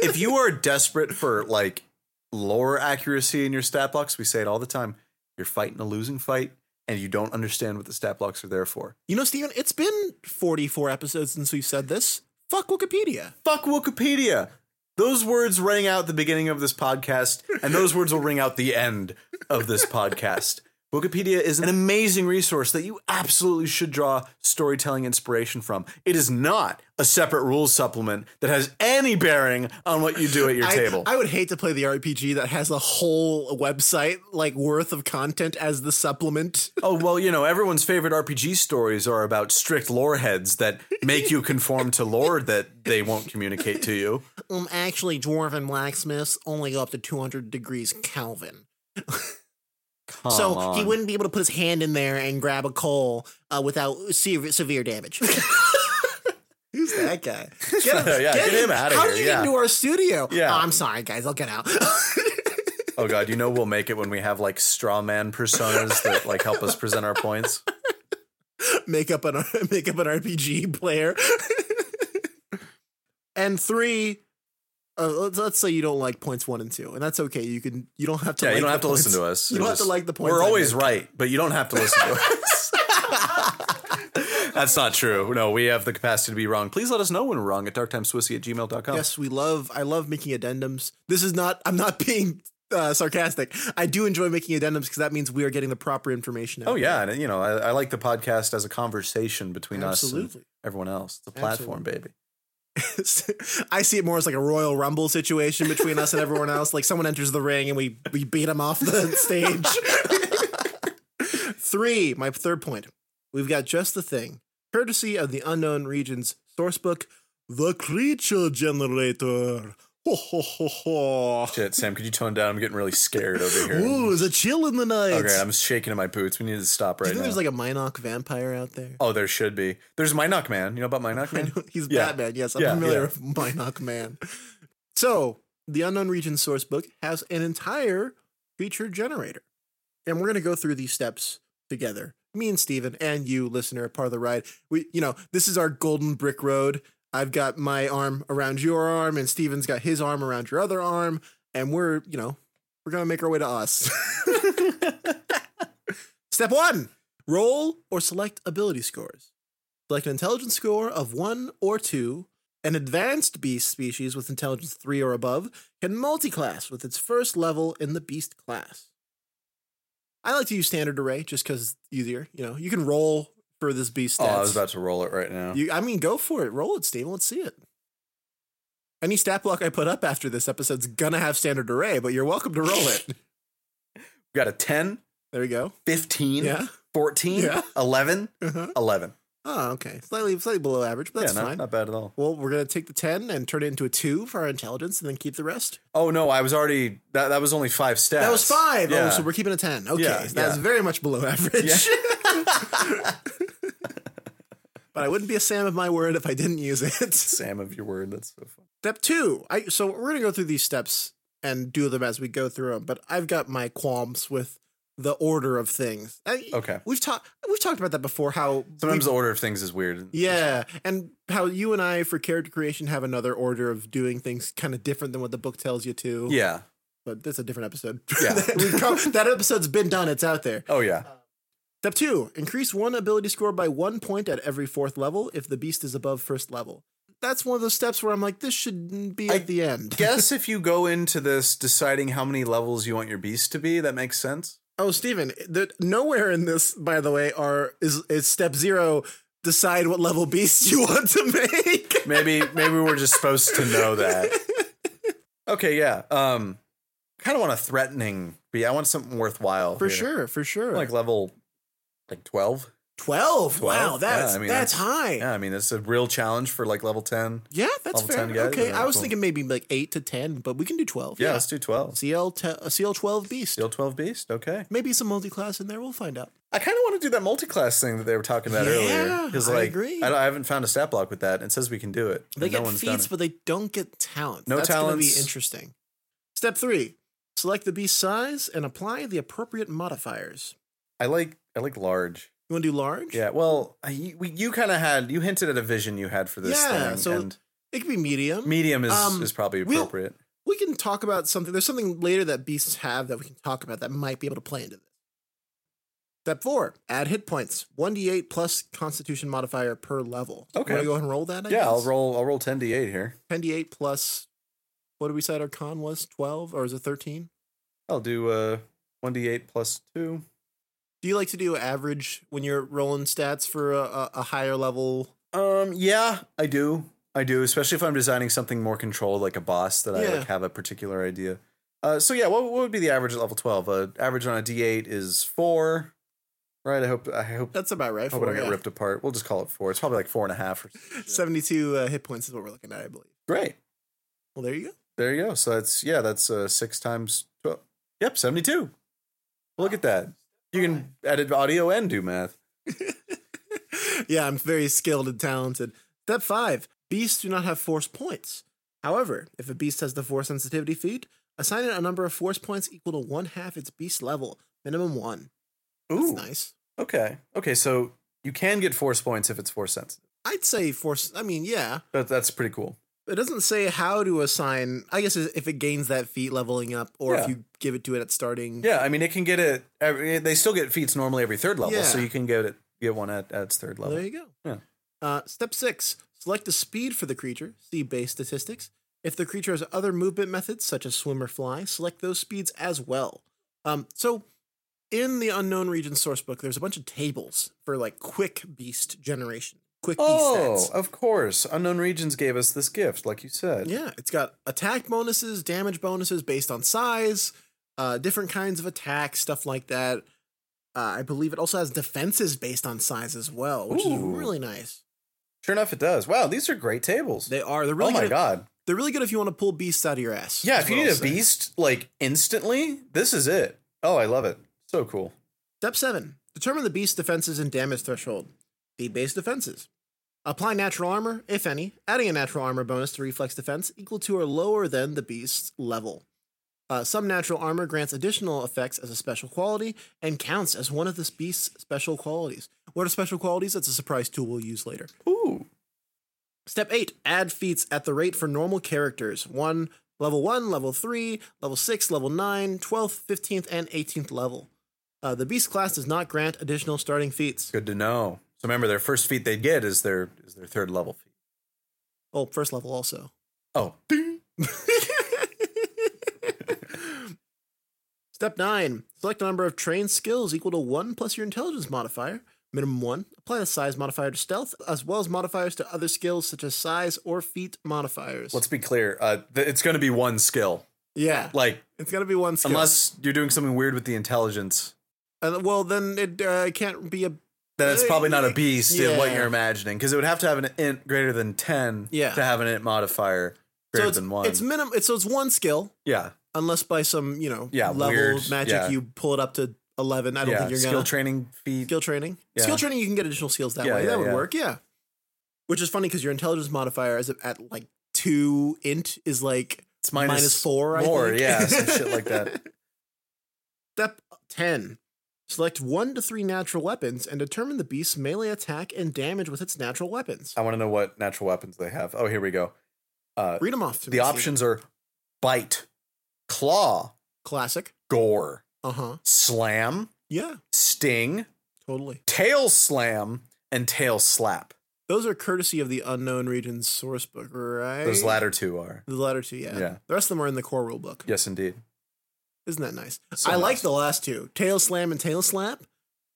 if you are desperate for like lore accuracy in your stat blocks, we say it all the time. You're fighting a losing fight, and you don't understand what the stat blocks are there for.
you know, Steven, it's been 44 episodes since we've said this. Fuck Wikipedia.
Fuck Wikipedia. Those words rang out the beginning of this podcast, and those words will ring out the end of this podcast. Wikipedia is an amazing resource that you absolutely should draw storytelling inspiration from. It is not a separate rules supplement that has any bearing on what you do at your
I,
table.
I would hate to play the RPG that has a whole website like worth of content as the supplement.
Oh well, you know everyone's favorite RPG stories are about strict lore heads that make you conform to lore that they won't communicate to you.
Um, actually, dwarven blacksmiths only go up to 200 degrees Kelvin. so
Come
he
on.
wouldn't be able to put his hand in there and grab a coal uh, without severe, severe damage. Who's that guy? Get him,
Yeah, get him outta
How
here,
did you
yeah.
get into our studio?
Yeah.
Oh, I'm sorry, guys. I'll get out.
Oh god, you know we'll make it when we have like straw man personas that like help us present our points.
make up an make up an RPG player. and three, uh, let's, let's say you don't like points one and two, and that's okay. You can you don't have to.
Yeah,
like
you don't have
the
to
points.
listen to us.
You don't have to
Just-
like the points.
We're
I
always
make.
right, but you don't have to listen to us. That's not true. No, we have the capacity to be wrong. Please let us know when we're wrong at darktimeswissy at gmail.com.
Yes, we love. I love making addendums. This is not. I'm not being uh, sarcastic. I do enjoy making addendums because that means we are getting the proper information. out.
Oh yeah, and you know, I, I like the podcast as a conversation between us and
Absolutely.
everyone else. It's a platform,
Absolutely.
baby.
I see it more as like a royal rumble situation between us and everyone else. Like someone enters the ring and we we beat him off the stage. Three, my third point. We've got just the thing, courtesy of the unknown region's sourcebook, the creature generator. Ho ho ho ho.
Shit, Sam, could you tone down? I'm getting really scared over here.
Ooh, there's a chill in the night.
okay, I'm shaking in my boots. We need to stop
Do you
right
think
now.
there's like a Minoc vampire out there?
oh, there should be. There's Minoc Man. You know about Minoc Man?
He's
Yeah.
Batman. Yes, I'm
Yeah,
familiar
yeah.
with Minoc Man. So the Unknown Region sourcebook has an entire creature generator, and we're gonna go through these steps together. Me and Steven and you, listener, part of the ride. We, you know, this is our golden brick road. I've got my arm around your arm, and Steven's got his arm around your other arm, and we're, you know, we're gonna make our way to us. Step one: roll or select ability scores. Select an intelligence score of one or two. An advanced beast species with intelligence three or above can multiclass with its first level in the beast class. I like to use standard array just because it's easier. You know, you can roll for this beast.
Oh,
Stats.
I was about to roll it right now.
You, I mean, go for it. Roll it, Steven. Let's see it. Any stat block I put up after this episode's gonna have standard array, but you're welcome to roll it.
We got a 10,
there we go.
15,
Yeah.
14,
Yeah.
11,
Uh-huh.
11.
Oh, okay. Slightly, slightly below average, but that's
yeah, not,
fine.
not bad at all.
Well, we're gonna take the ten and turn it into a two for our intelligence, and then keep the rest.
Oh, no, I was already, that, that was only five stats.
That was five.
Yeah.
Oh, so we're keeping a ten. Okay,
Yeah,
that's
yeah.
very much below average.
Yeah.
but I wouldn't be a Sam of my word if I didn't use it.
Sam of your word. That's so fun.
Step two. I so we're gonna go through these steps and do them as we go through them. But I've got my qualms with the order of things. I,
Okay.
we've talked we've talked about that before. How
Sometimes
we-
the order of things is weird.
yeah, and how you and I for character creation have another order of doing things, kind of different than what the book tells you to.
Yeah.
but that's a different episode.
Yeah.
We've come- that episode's been done. It's out there.
Oh, yeah.
Step two: increase one ability score by one point at every fourth level if the beast is above first level. That's one of those steps where I'm like, this should be
I
at the end.
Guess if you go into this deciding how many levels you want your beast to be, that makes sense.
Oh, Steven, the, nowhere in this, by the way, are is, is step zero. Decide what level beast you want to make.
Maybe maybe we're just supposed to know that. Okay, yeah. Um kind of want a threatening be I want something worthwhile.
for
here.
sure, for sure.
Like level like 12.
12? Wow,
12?
that's
Yeah, I mean,
that's, high. Yeah,
Yeah, I mean, it's a real challenge for like level 10.
that's
Level
fair.
10 guys,
okay,
yeah,
I was
cool.
thinking maybe like 8 to 10, but we can do 12.
Yeah, let's do 12.
CL te- uh, a CL12 beast.
Steel 12 beast. Okay.
Maybe some multi-class in there. We'll find out.
I kind of want to do that multi-class thing that they were talking about
Yeah,
earlier because
I
like
agree.
I, don't- I haven't found a stat block with that. and It says we can do it.
They
and no
get
one's done
feats,
it.
but they don't get talent.
No
That's Gonna
talents.
be interesting. Step three: select the beast size and apply the appropriate modifiers.
I like I like large.
You want to do large?
Yeah. Well, I, you, we- you kind of had you hinted at a vision you had for this
Yeah,
thing,
so-
and
It could be medium.
medium is
Um,
is probably
we'll-
appropriate.
we can talk about something. There's something later that beasts have that we can talk about that might be able to play into this. Step four: add hit points, one d8 plus Constitution modifier per level.
Okay.
Want to go ahead and roll that? I
yeah,
guess?
I'll roll I'll roll ten d eight here.
10d8 plus what did we say our con was 12 or is it 13
I'll do uh one d eight plus two.
do you like to do average when you're rolling stats for a, a, a higher level
Um. Yeah, I do. I do, especially if I'm designing something more controlled, like a boss that I
Yeah.
like, have a particular idea. Uh, so yeah, what, what would be the average at level twelve? Uh, average on a D eight is four, right? I hope I hope
that's about right
I hope
for
Oh, I don't
yeah.
get ripped apart. We'll just call it four. It's probably like four and a half. Or
72 uh, hit points is what we're looking at i believe
Great.
well there you go
There you go. So that's yeah, that's uh, six times twelve. Yep, seventy-two. Look at that. You can edit audio and do math.
yeah i'm very skilled and talented step five beasts do not have force points however if a beast has the force sensitivity feat assign it a number of force points equal to one half its beast level minimum one that's nice
Okay. Okay. So you can get force points if it's force sensitive.
i'd say force i mean yeah
That, that's pretty cool.
It doesn't say how to assign. I guess if it gains that feat leveling up, or
Yeah.
if you give it to it at starting.
Yeah. I mean, it can get it. Every, they still get feats normally every third level, so
Yeah.
you can get it. Get one at, at its third level.
there you go.
Yeah.
Uh, step six: select the speed for the creature. See base statistics. If the creature has other movement methods such as swim or fly, select those speeds as well. Um, so, in the unknown region sourcebook, there's a bunch of tables for like quick beast generation, quick
Oh,
beast stats.
of course. Unknown Regions gave us this gift, like you said.
Yeah, it's got attack bonuses, damage bonuses based on size, uh, different kinds of attacks, stuff like that. Uh, I believe it also has defenses based on size as well, which
Ooh.
is really nice.
Sure enough, it does. Wow, these are great tables.
They are. They're
oh
really
my
good at-
god.
They're really good if you want to pull beasts out of your ass.
Yeah,
is
if you
what
need
I'll
a
say.
beast like instantly, this is it. Oh, I love it. So cool.
Step seven: determine the beast's defenses and damage threshold. Feed-based defenses. Apply natural armor, if any, adding a natural armor bonus to reflex defense equal to or lower than the beast's level. Uh, some natural armor grants additional effects as a special quality and counts as one of this beast's special qualities. What are special qualities? That's a surprise tool we'll use later.
Ooh.
Step eight, add feats at the rate for normal characters. One, level one, level three, level six, level nine, 12th, 15th, and 18th level. Uh, the beast class does not grant additional starting feats.
Good to know. So remember their first feat they get is their is their third level feat.
Oh, first level also.
Oh.
Step nine, select a number of trained skills equal to one plus your intelligence modifier, minimum one. Apply the size modifier to stealth, as well as modifiers to other skills such as size or feat modifiers.
Let's be clear. Uh th- it's going to be one skill.
yeah,
Like
it's got to be one skill.
unless you're doing something weird with the intelligence,
Uh, well, then it uh, can't be a
then it's probably not a beast in what
Yeah.
you're imagining because it would have to have an int greater than 10
Yeah.
to have an int modifier
so
greater
it's,
than 1.
It's minimum. It's, so it's one skill,
yeah.
unless by some you know
Yeah,
level
weird,
magic
yeah.
you pull it up to eleven. I don't
yeah.
think you're
skill
gonna
training feat.
skill training.
Yeah.
Skill training, you can get additional skills that
Yeah,
way.
yeah,
that would
yeah.
work. Yeah. Which is funny because your intelligence modifier is at like two int is like
it's
minus, minus four. I
more,
think.
yeah, some shit like that.
Step ten. Select one to three natural weapons and determine the beast's melee attack and damage with its natural weapons.
I want to know what natural weapons they have. Oh, here we go. Uh,
Read them off. To
the
me, Steven.
options are bite, claw,
classic.
gore,
Uh huh.
slam,
Yeah,
sting,
totally.
tail slam, and tail slap.
Those are courtesy of the unknown region's sourcebook, right?
Those latter two are.
The latter two, yeah.
Yeah.
The rest of them are in the core rulebook.
Yes, indeed.
Isn't that nice?
So
I like
nice.
the last two, tail slam and tail slap.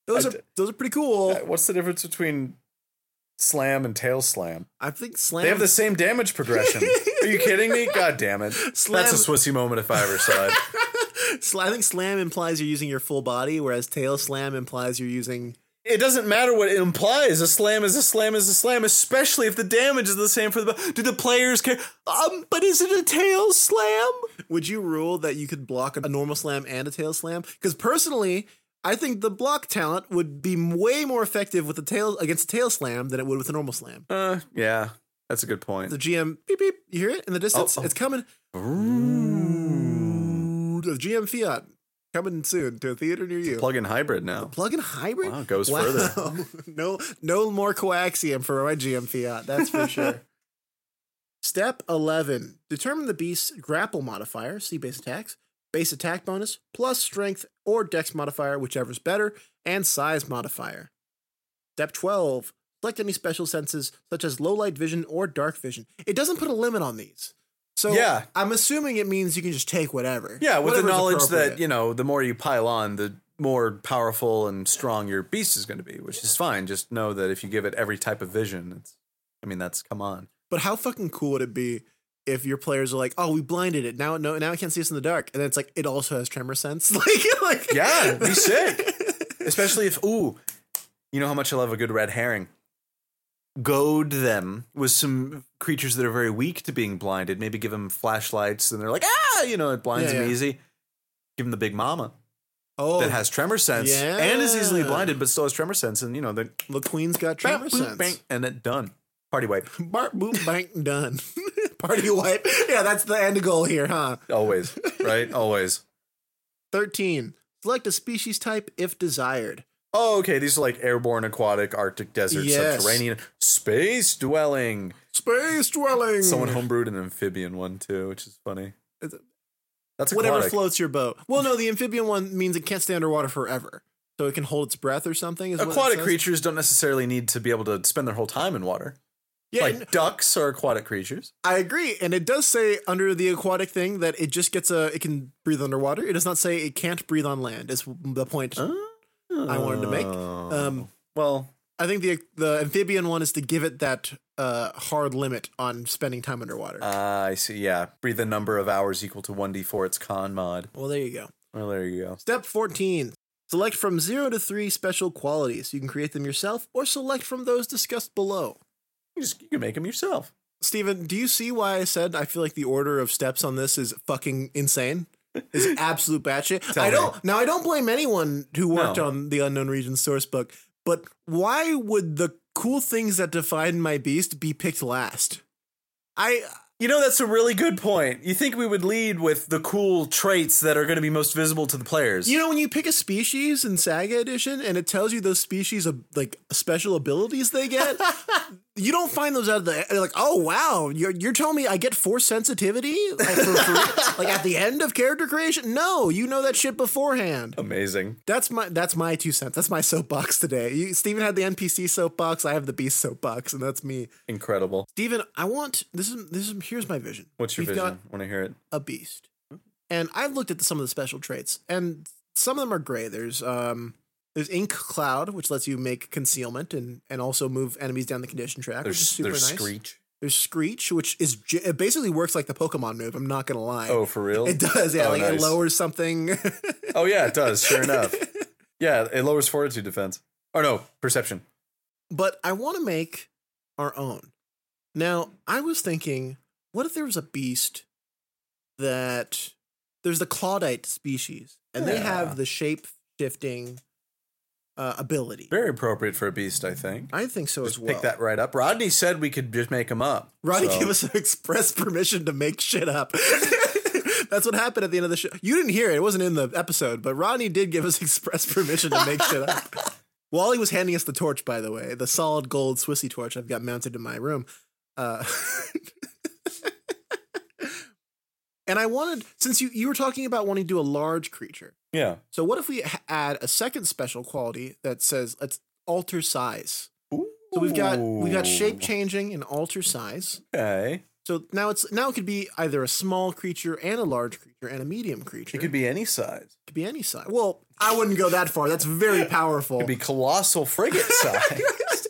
Those
I
are
d-
those are pretty cool.
Uh, What's the difference between slam and tail slam?
I think slam.
They have the same damage progression. Are you kidding me? God damn it.
Slam-
That's a Swissy moment if I ever saw it.
Sl- I think slam implies you're using your full body, whereas tail slam implies you're using.
it doesn't matter what it implies. A slam is a slam is a slam, especially if the damage is the same for the. Do the players care? Um, but is it a tail slam?
Would you rule that you could block a normal slam and a tail slam? Because personally, I think the block talent would be way more effective with the tail against a tail slam than it would with a normal slam.
Uh, yeah, that's a good point.
The GM beep beep. You hear it in the distance.
Oh, oh.
It's coming. The GM Fiat coming soon to a theater near you.
Plug-in hybrid now.
Plug-in hybrid.
Wow, goes further.
no, no more coaxium for my GM Fiat. That's for sure. Step eleven: determine the beast's grapple modifier, see base attacks, base attack bonus, plus strength or dex modifier, whichever's better, and size modifier. Step twelve: select any special senses such as low light vision or dark vision. It doesn't put a limit on these. So
Yeah.
I'm assuming it means you can just take whatever.
Yeah, with the
Whatever's
knowledge that
appropriate.
you know, the more you pile on, the more powerful and strong your beast is going to be, which is fine. Just know that if you give it every type of vision, it's. I mean, that's come on.
But how fucking cool would it be if your players are like, "Oh, we blinded it. Now, no, now it can't see us in the dark." And then it's like it also has tremor sense. like, like
Yeah, it'd be sick. Especially if, ooh, you know how much I love a good red herring. Goad them with some creatures that are very weak to being blinded. Maybe give them flashlights and they're like, ah, you know, it blinds
Yeah,
them
yeah.
easy. Give them the big mama
Oh,
that has tremor sense
yeah.
and is easily blinded but still has tremor sense. And, you know, they're
the queen's got tremor
bang, boom,
sense.
bang, and it done. Party wipe.
Bark, boop, bang, done. Party wipe. Yeah, that's the end goal here, huh?
Always, right? Always.
13. Select a species type if desired.
Oh, okay. These are like airborne, aquatic, Arctic, desert,
Yes.
subterranean, space dwelling.
Space dwelling.
Someone homebrewed an amphibian one too, which is funny.
Mm. It's-
That's
Whatever
aquatic.
floats your boat. Well, no, the amphibian one means it can't stay underwater forever. So it can hold its breath or something. Is what it
Aquatic
says.
creatures don't necessarily need to be able to spend their whole time in water.
Yeah,
like
and-
ducks are aquatic creatures.
I agree, and it does say under the aquatic thing that it just gets a it can breathe underwater. It does not say it can't breathe on land. Is the point I wanted to make.
Oh.
Um,
well,
I think the the amphibian one is to give it that uh, hard limit on spending time underwater.
uh, I see. Yeah, breathe a number of hours equal to one d four. It's con mod.
well, there you go.
Well, there you go.
Step fourteen: select from zero to three special qualities. You can create them yourself or select from those discussed below.
You just you can make them yourself.
Steven, do you see why I said I feel like the order of steps on this is fucking insane? Is absolute batshit.
Tell
I
me.
don't now I don't blame anyone who worked
No.
on the Unknown Region source book, but why would the cool things that define my beast be picked last? I
You know that's a really good point. You think we would lead with the cool traits that are going to be most visible to the players?
you know when you pick a species in Saga Edition and it tells you those species of like special abilities they get, you don't find those out of the they're like oh wow you're you're telling me I get force sensitivity like, for free? like at the end of character creation? No, you know that shit beforehand.
amazing.
That's my that's my two cents. That's my soapbox today. You, Steven had the NPC soapbox. I have the beast soapbox, and that's me.
Incredible.
Steven, I want this is this is here's my vision.
What's your
We've
vision?
got-
Want to hear it?
a beast. And I've looked at some of the special traits, and some of them are gray. There's um there's ink cloud, which lets you make concealment and and also move enemies down the condition track, which is
There's
super
there's
nice.
screech.
There's screech, which is j- it basically works like the Pokemon move. I'm not gonna lie.
Oh, for real?
It does, yeah.
Oh,
like it
nice.
lowers something.
Oh yeah, it does. Sure enough. Yeah, it lowers fortitude defense. Or no, perception.
but I want to make our own. Now, I was thinking, what if there was a beast that there's the claudite species, and they
Yeah.
have the shape shifting uh, ability.
Very appropriate for a beast, I think.
I think so
Just
as well.
pick that right up. Rodney said we could just make them up.
Rodney
so-
gave us express permission to make shit up. That's what happened at the end of the show. You didn't hear it; it wasn't in the episode. But Rodney did give us express permission to make shit up. Wally was handing us the torch, by the way, the solid gold Swissy torch I've got mounted in my room. Uh, and I wanted, since you you were talking about wanting to do a large creature,
Yeah.
so what if we h- add a second special quality that says let's alter size? So we've got we got shape changing and alter size.
Okay.
So now it's now it could be either a small creature and a large creature and a medium creature.
It could be any size.
could be any size. Well, I wouldn't go that far. That's very powerful.
It could be colossal frigate size.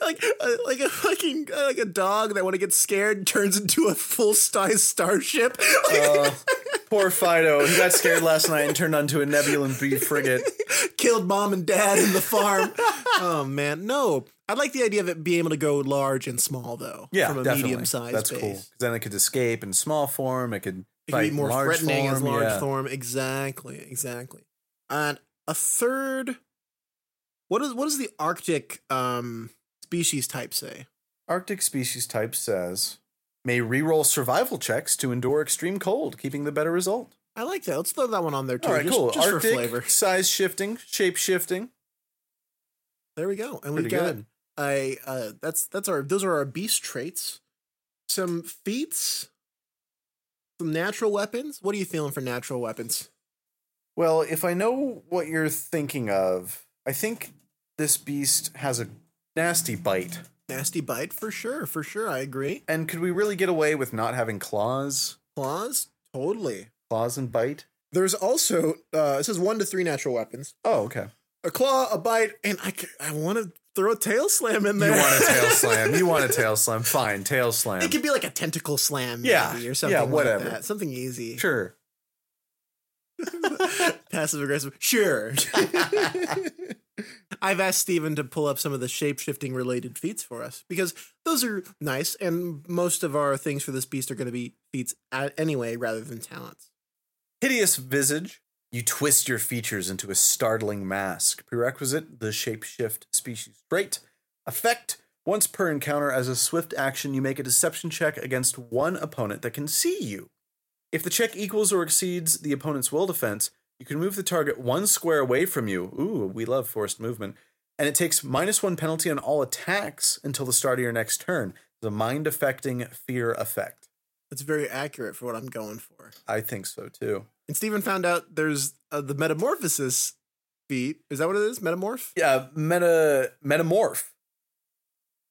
like a, like a fucking uh, like a dog that when it gets scared turns into a full size starship. Like,
Oh, poor Fido. He got scared last night and turned onto a Nebulan B frigate.
killed mom and dad in the farm. oh man, no. I like the idea of it being able to go large and small though.
Yeah,
from a
definitely.
medium sized
That's
base.
cool. 'Cause Then it could escape in small form. It could
It
fight
can be more
large
threatening
form.
as large
yeah.
form. Exactly, exactly. And a third. What is what does the Arctic um, species type say?
Arctic species type says may reroll survival checks to endure extreme cold, keeping the better result.
I like that. Let's throw that one on there too.
All right,
just,
cool.
just
Arctic
for flavor.
size shifting, shape shifting.
There we go. And
Pretty
we've got
good.
a uh, that's that's our those are our beast traits. Some feats. Some natural weapons. What are you feeling for natural weapons?
Well, if I know what you're thinking of, I think this beast has a nasty bite.
Nasty bite for sure, for sure. I agree.
And could we really get away with not having claws?
Claws, totally.
Claws and bite?
There's also uh, it says one to three natural weapons.
Oh, okay.
a claw, a bite, and I, c- I want to throw a tail slam in
You
there.
want a tail slam. You want a tail slam. Fine, tail slam.
it could be like a tentacle slam,
Yeah,
maybe,
yeah,
or something.
whatever.
Like that. Something easy.
Sure.
Passive aggressive. Sure. I've asked Steven to pull up some of the shape shifting related feats for us because those are nice, and most of our things for this beast are going to be feats a- anyway rather than talents.
Hideous visage. You twist your features into a startling mask. Prerequisite the shapeshift species trait. Effect once per encounter as a swift action, you make a deception check against one opponent that can see you. If the check equals or exceeds the opponent's will defense, you can move the target one square away from you. Ooh, we love forced movement. And it takes minus one penalty on all attacks until the start of your next turn. The mind affecting fear effect.
That's very accurate for what I'm going for.
I think so too.
And Steven found out there's uh, the metamorphosis feat. Is that what it is? Metamorph?
Yeah, uh, meta metamorph.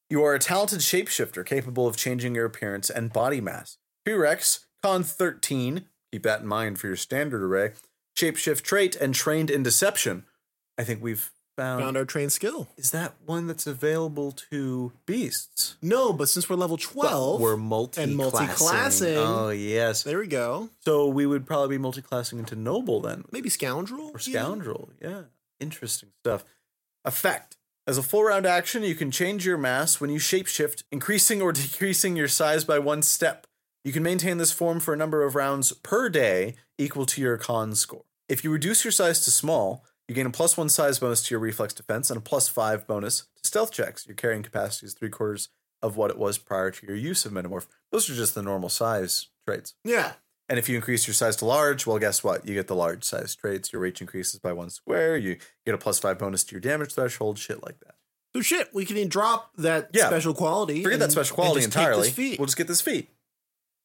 You are a talented shapeshifter capable of changing your appearance and body mass. Prerex, con 13, keep that in mind for your standard array, shapeshift trait, and trained in deception. I think we've found.
Found our trained skill.
is that one that's available to beasts?
No, but since we're level 12,
We're multi
multi-classing.
Oh, yes.
there we go.
So we would probably be multi classing into noble then.
Maybe scoundrel?
or
even?
scoundrel. Yeah, interesting stuff. Effect: As a full round action, you can change your mass when you shapeshift, increasing or decreasing your size by one step. You can maintain this form for a number of rounds per day equal to your con score. If you reduce your size to small, you gain a plus one size bonus to your reflex defense and a plus five bonus to stealth checks. Your carrying capacity is three quarters of what it was prior to your use of metamorph. Those are just the normal size traits.
Yeah.
And if you increase your size to large, well, guess what? You get the large size traits. Your reach increases by one square. You get a plus five bonus to your damage threshold, shit like that.
So shit, we can drop that
Yeah.
special quality.
Forget that
and-
special
and
quality
just take
entirely.
this feat.
We'll just get this feat.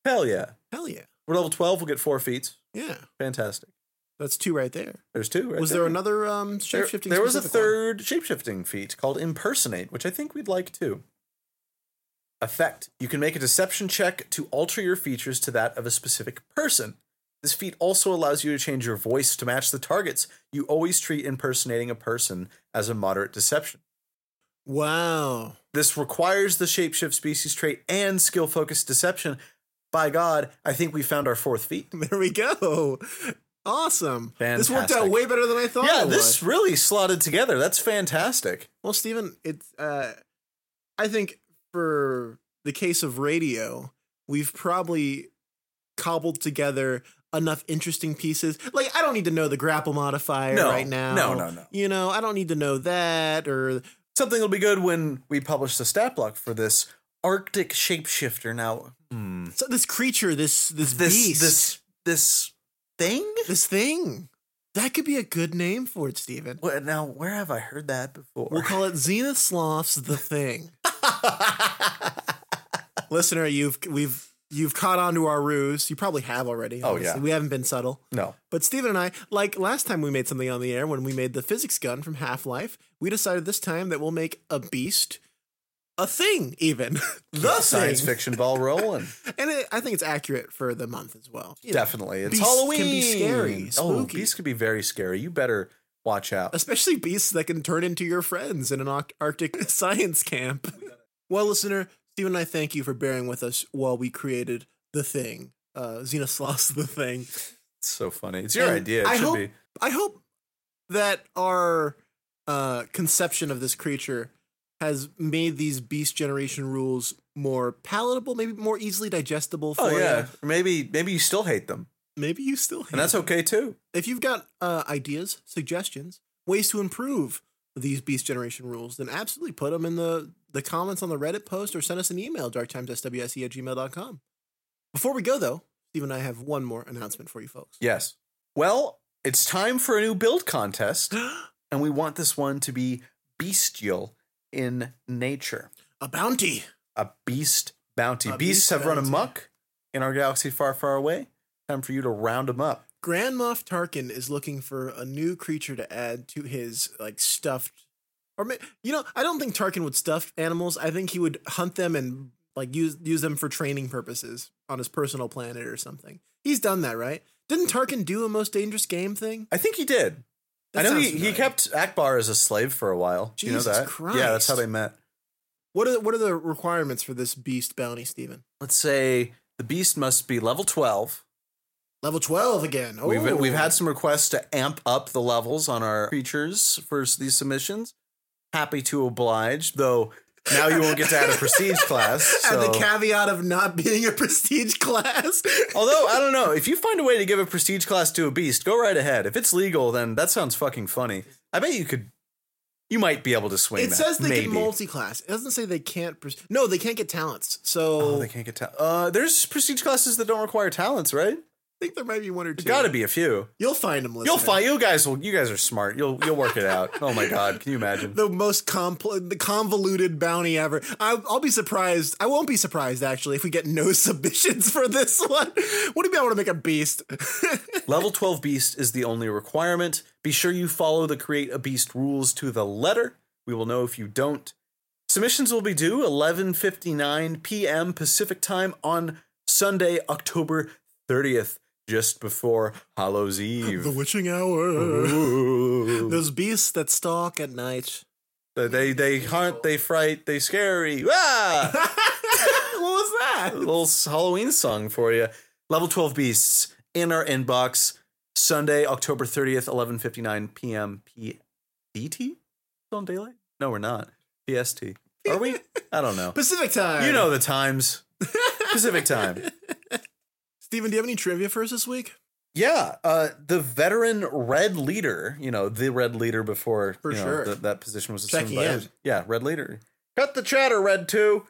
Hell yeah.
Hell yeah.
We're level 12. We'll get four feats.
Yeah.
Fantastic.
That's two right there.
There's two, right?
was there, another um
There,
shapeshifting?
there was a
specific one?
third shapeshifting feat called Impersonate, which I think we'd like too. Effect. You can make a deception check to alter your features to that of a specific person. This feat also allows you to change your voice to match the targets. You always treat impersonating a person as a moderate deception.
Wow.
This requires the shapeshift species trait and skill focused deception. By God, I think we found our fourth feat.
There we go. Awesome. This worked out
Fantastic.
way better than I thought.
Yeah,
it
this
would.
really slotted together. That's fantastic.
Well, Stephen, it's. Uh, I think for the case of radio, we've probably cobbled together enough interesting pieces. Like, I don't need to know the grapple modifier
No.
right now.
No, no, no.
You know, I don't need to know that or
Something will be good when we publish the stat block for this Arctic shapeshifter. Now, hmm,
so this creature, this this
this
beast,
this this thing.
this thing. That could be a good name for it, Stephen.
Wh- Now, where have I heard that before?
We'll call it Zenith Sloth's the thing. Listener, you've we've you've caught on to our ruse. You probably have already.
Oh,
honestly.
yeah.
we haven't been subtle.
no,
But Steven and I, like last time we made something on the air when we made the physics gun from Half Life, we decided this time that we'll make a beast a thing, even. the
science
thing.
fiction ball rolling.
And it, I think it's accurate for the month as well. You know,
Definitely, it's
beasts
Halloween.
can be scary,
Oh,
spooky.
beasts could be very scary. You better watch out.
especially beasts that can turn into your friends in an Arct- Arctic science camp. well, listener, Steven and I thank you for bearing with us while we created the thing. Uh, Xenoslaw's the thing.
It's so funny. It's your
And
idea. It
I
should
hope-
be.
I hope that our uh, conception of this creature has made these beast generation rules more palatable, maybe more easily digestible for
Oh yeah,
you.
maybe maybe you still hate them,
Maybe you still hate
and that's okay too.
if you've got uh, ideas, suggestions, ways to improve these beast generation rules, then absolutely put them in the, the comments on the Reddit post or send us an email, darktimesswse E at gmail.com. Before we go, though, Steve and I have one more announcement for you folks.
Yes. Well, it's time for a new build contest, and we want this one to be bestial in nature.
A bounty.
A beast bounty.
A
Beasts
beast
have run
bounty.
amok in our galaxy far, far away. Time for you to round them up.
Grand Moff Tarkin is looking for a new creature to add to his like stuffed, or ma- you know, I don't think Tarkin would stuff animals. I think he would hunt them and like use use them for training purposes on his personal planet or something. He's done that, right? Didn't Tarkin do a most dangerous game thing?
I think he did.
That
I know
sounds
he, he
familiar.
kept Akbar as a slave for a while. Do you
Jesus
know that? Yeah, that's
Christ.
how they met.
What are what are the requirements for this beast bounty, Steven?
Let's say the beast must be level 12.
Level twelve again. Oh,
We've, we've had some requests to amp up the levels on our creatures for s- these submissions. Happy to oblige, though now you won't get to add a prestige class.
Add
So.
the caveat of not being a prestige class.
Although, I don't know, if you find a way to give a prestige class to a beast, go right ahead. If it's legal, then that sounds fucking funny. I bet you could, you might be able to swing
It
that.
says they
Maybe.
can multi-class. It doesn't say they can't. Pres- no, they can't get talents. So
Oh, they can't get talent. Uh, there's prestige classes that don't require talents, right?
I think there might be one or two.
There's gotta be a few.
You'll find them. Listener.
You'll find you guys will you guys are smart. You'll you'll work it out. Oh my god, can you imagine?
the most compl- the convoluted bounty ever. I, I'll be surprised. I won't be surprised actually if we get no submissions for this one. What do you mean I want to make a beast?
Level 12 Beast is the only requirement. Be sure you follow the Create a Beast rules to the letter. We will know if you don't. Submissions will be due 11:59 p.m. Pacific Time on Sunday, October 30th, just before Hallow's
the
Eve.
witching hour.
Ooh.
Those beasts that stalk at night.
they they hunt, they fright, they scary. Ah!
what was that?
a little s- Halloween song for you. Level 12 Beasts in our inbox Sunday, October 30th, 11:59 p.m. P- DT? Still in daylight? No, we're not. PST. Are we? I don't know.
Pacific time.
You know the times. Pacific time.
Steven, do you have any trivia for us this week?
Yeah, uh, the veteran red leader, you know, the red leader before
For
you know,
sure.
that- that position was assumed
Checking
by
in.
others. Yeah, red leader. Cut the chatter, Red 2,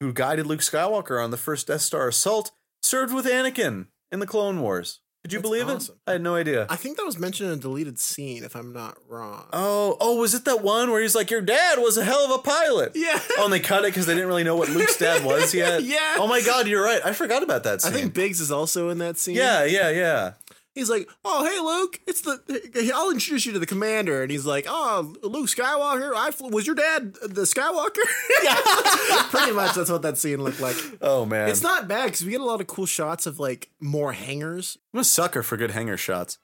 who guided Luke Skywalker on the first Death Star assault, served with Anakin in the Clone Wars. Could you
That's
believe
awesome.
it? I had no idea.
I think that was mentioned in a deleted scene, if I'm not wrong.
oh, oh, was it that one where he's like, "Your dad was a hell of a pilot"?
yeah.
Oh, and they cut it because they didn't really know what Luke's dad was yet.
Yeah.
Oh my God, you're right. I forgot about that
I
scene.
think Biggs is also in that scene.
Yeah, yeah, yeah.
He's like, "Oh, hey, Luke, it's the I'll introduce you to the commander." And he's like, "Oh, Luke Skywalker, I fl- was your dad, the Skywalker." yeah, pretty much. That's what that scene looked like.
Oh man,
It's not bad because we get a lot of cool shots of like more hangers.
I'm a sucker for good hanger shots.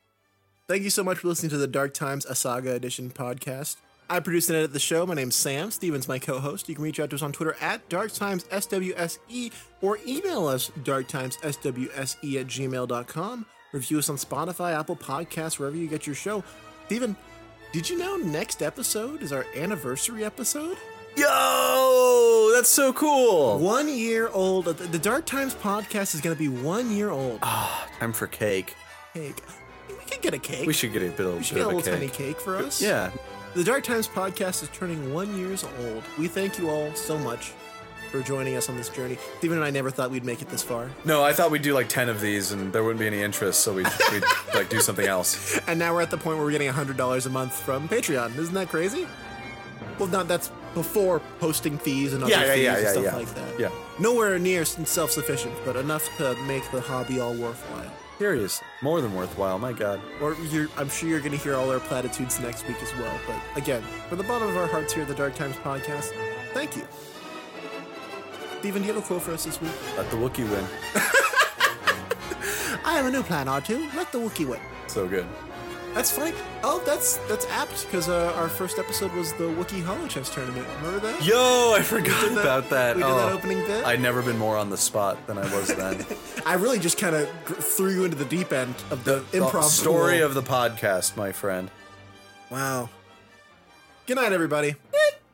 Thank you so much for listening to the Dark Times A Saga Edition podcast. I produce and edit the show. My name's Sam. Steven's my co-host. You can reach out to us on Twitter at DarkTimesSWSE E or email us darktimesswse E at gmail.com. Review us on Spotify, Apple Podcasts, wherever you get your show. Steven, did you know next episode is our anniversary episode?
Yo, that's so cool.
One year old. The the Dark Times podcast is going to be one year old.
Ah, time for cake.
Cake. We could get a cake.
We should get a bit,
We should
bit
get
of
a little
a cake.
tiny cake for us.
Yeah.
The Dark Times podcast is turning one years old. We thank you all so much for joining us on this journey. Steven and I never thought we'd make it this far,
No, I thought we'd do like ten of these, and there wouldn't be any interest, so we'd, we'd like do something else.
and now we're at the point where we're getting hundred dollars a month from Patreon. Isn't that crazy? Well, not that's before hosting fees and other
Yeah, yeah,
fees
yeah,
and
yeah,
stuff
yeah.
like that.
Yeah.
Nowhere near self sufficient, but enough to make the hobby all worthwhile.
Serious, more than worthwhile. My God.
Or you're, I'm sure you're going to hear all our platitudes next week as well. But again, from the bottom of our hearts here at the Dark Times podcast, thank you. Steven, do you have a quote for us this week?
Let the Wookiee win.
I have a new plan, R2. Let the Wookiee win.
So good.
That's funny. Oh, that's that's apt because uh, our first episode was the Wookiee Hollow Chest tournament. Remember that?
Yo, I forgot
did that-
about that.
we did that
Oh,
opening bit.
I'd never been more on the spot than I was then.
I really just kind of gr- threw you into the deep end of the,
The
improv
story
pool.
of the podcast, my friend.
Wow. Good night, everybody.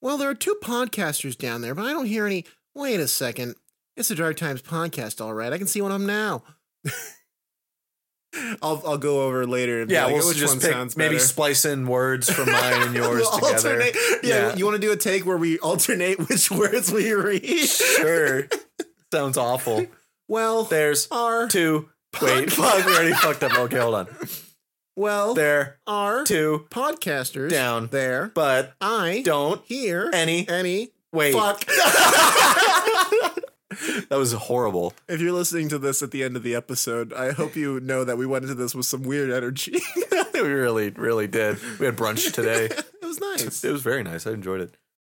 well, there are two podcasters down there, but I don't hear any. Wait a second. It's a Dark Times podcast, all right. I can see one of them now. I'll I'll go over later. And be
Yeah,
like,
we'll
which
just
one
pick,
sounds
maybe
better?"
splice in words from mine and yours
We'll
together.
alternate- Yeah, you want to do a take where we alternate which words we read?
sure. Sounds awful.
Well,
There's
are
two. Wait, fuck, we already fucked up. Okay, hold on.
well
There
are
two,
podcasters
Down.
there, but
but
I
don't
hear
any.
any
Wait,
fuck.
that was horrible.
if you're listening to this at the end of the episode, I hope you know that we went into this with some weird energy.
we really, really did. We had brunch today.
it was nice.
It was very nice. I enjoyed it.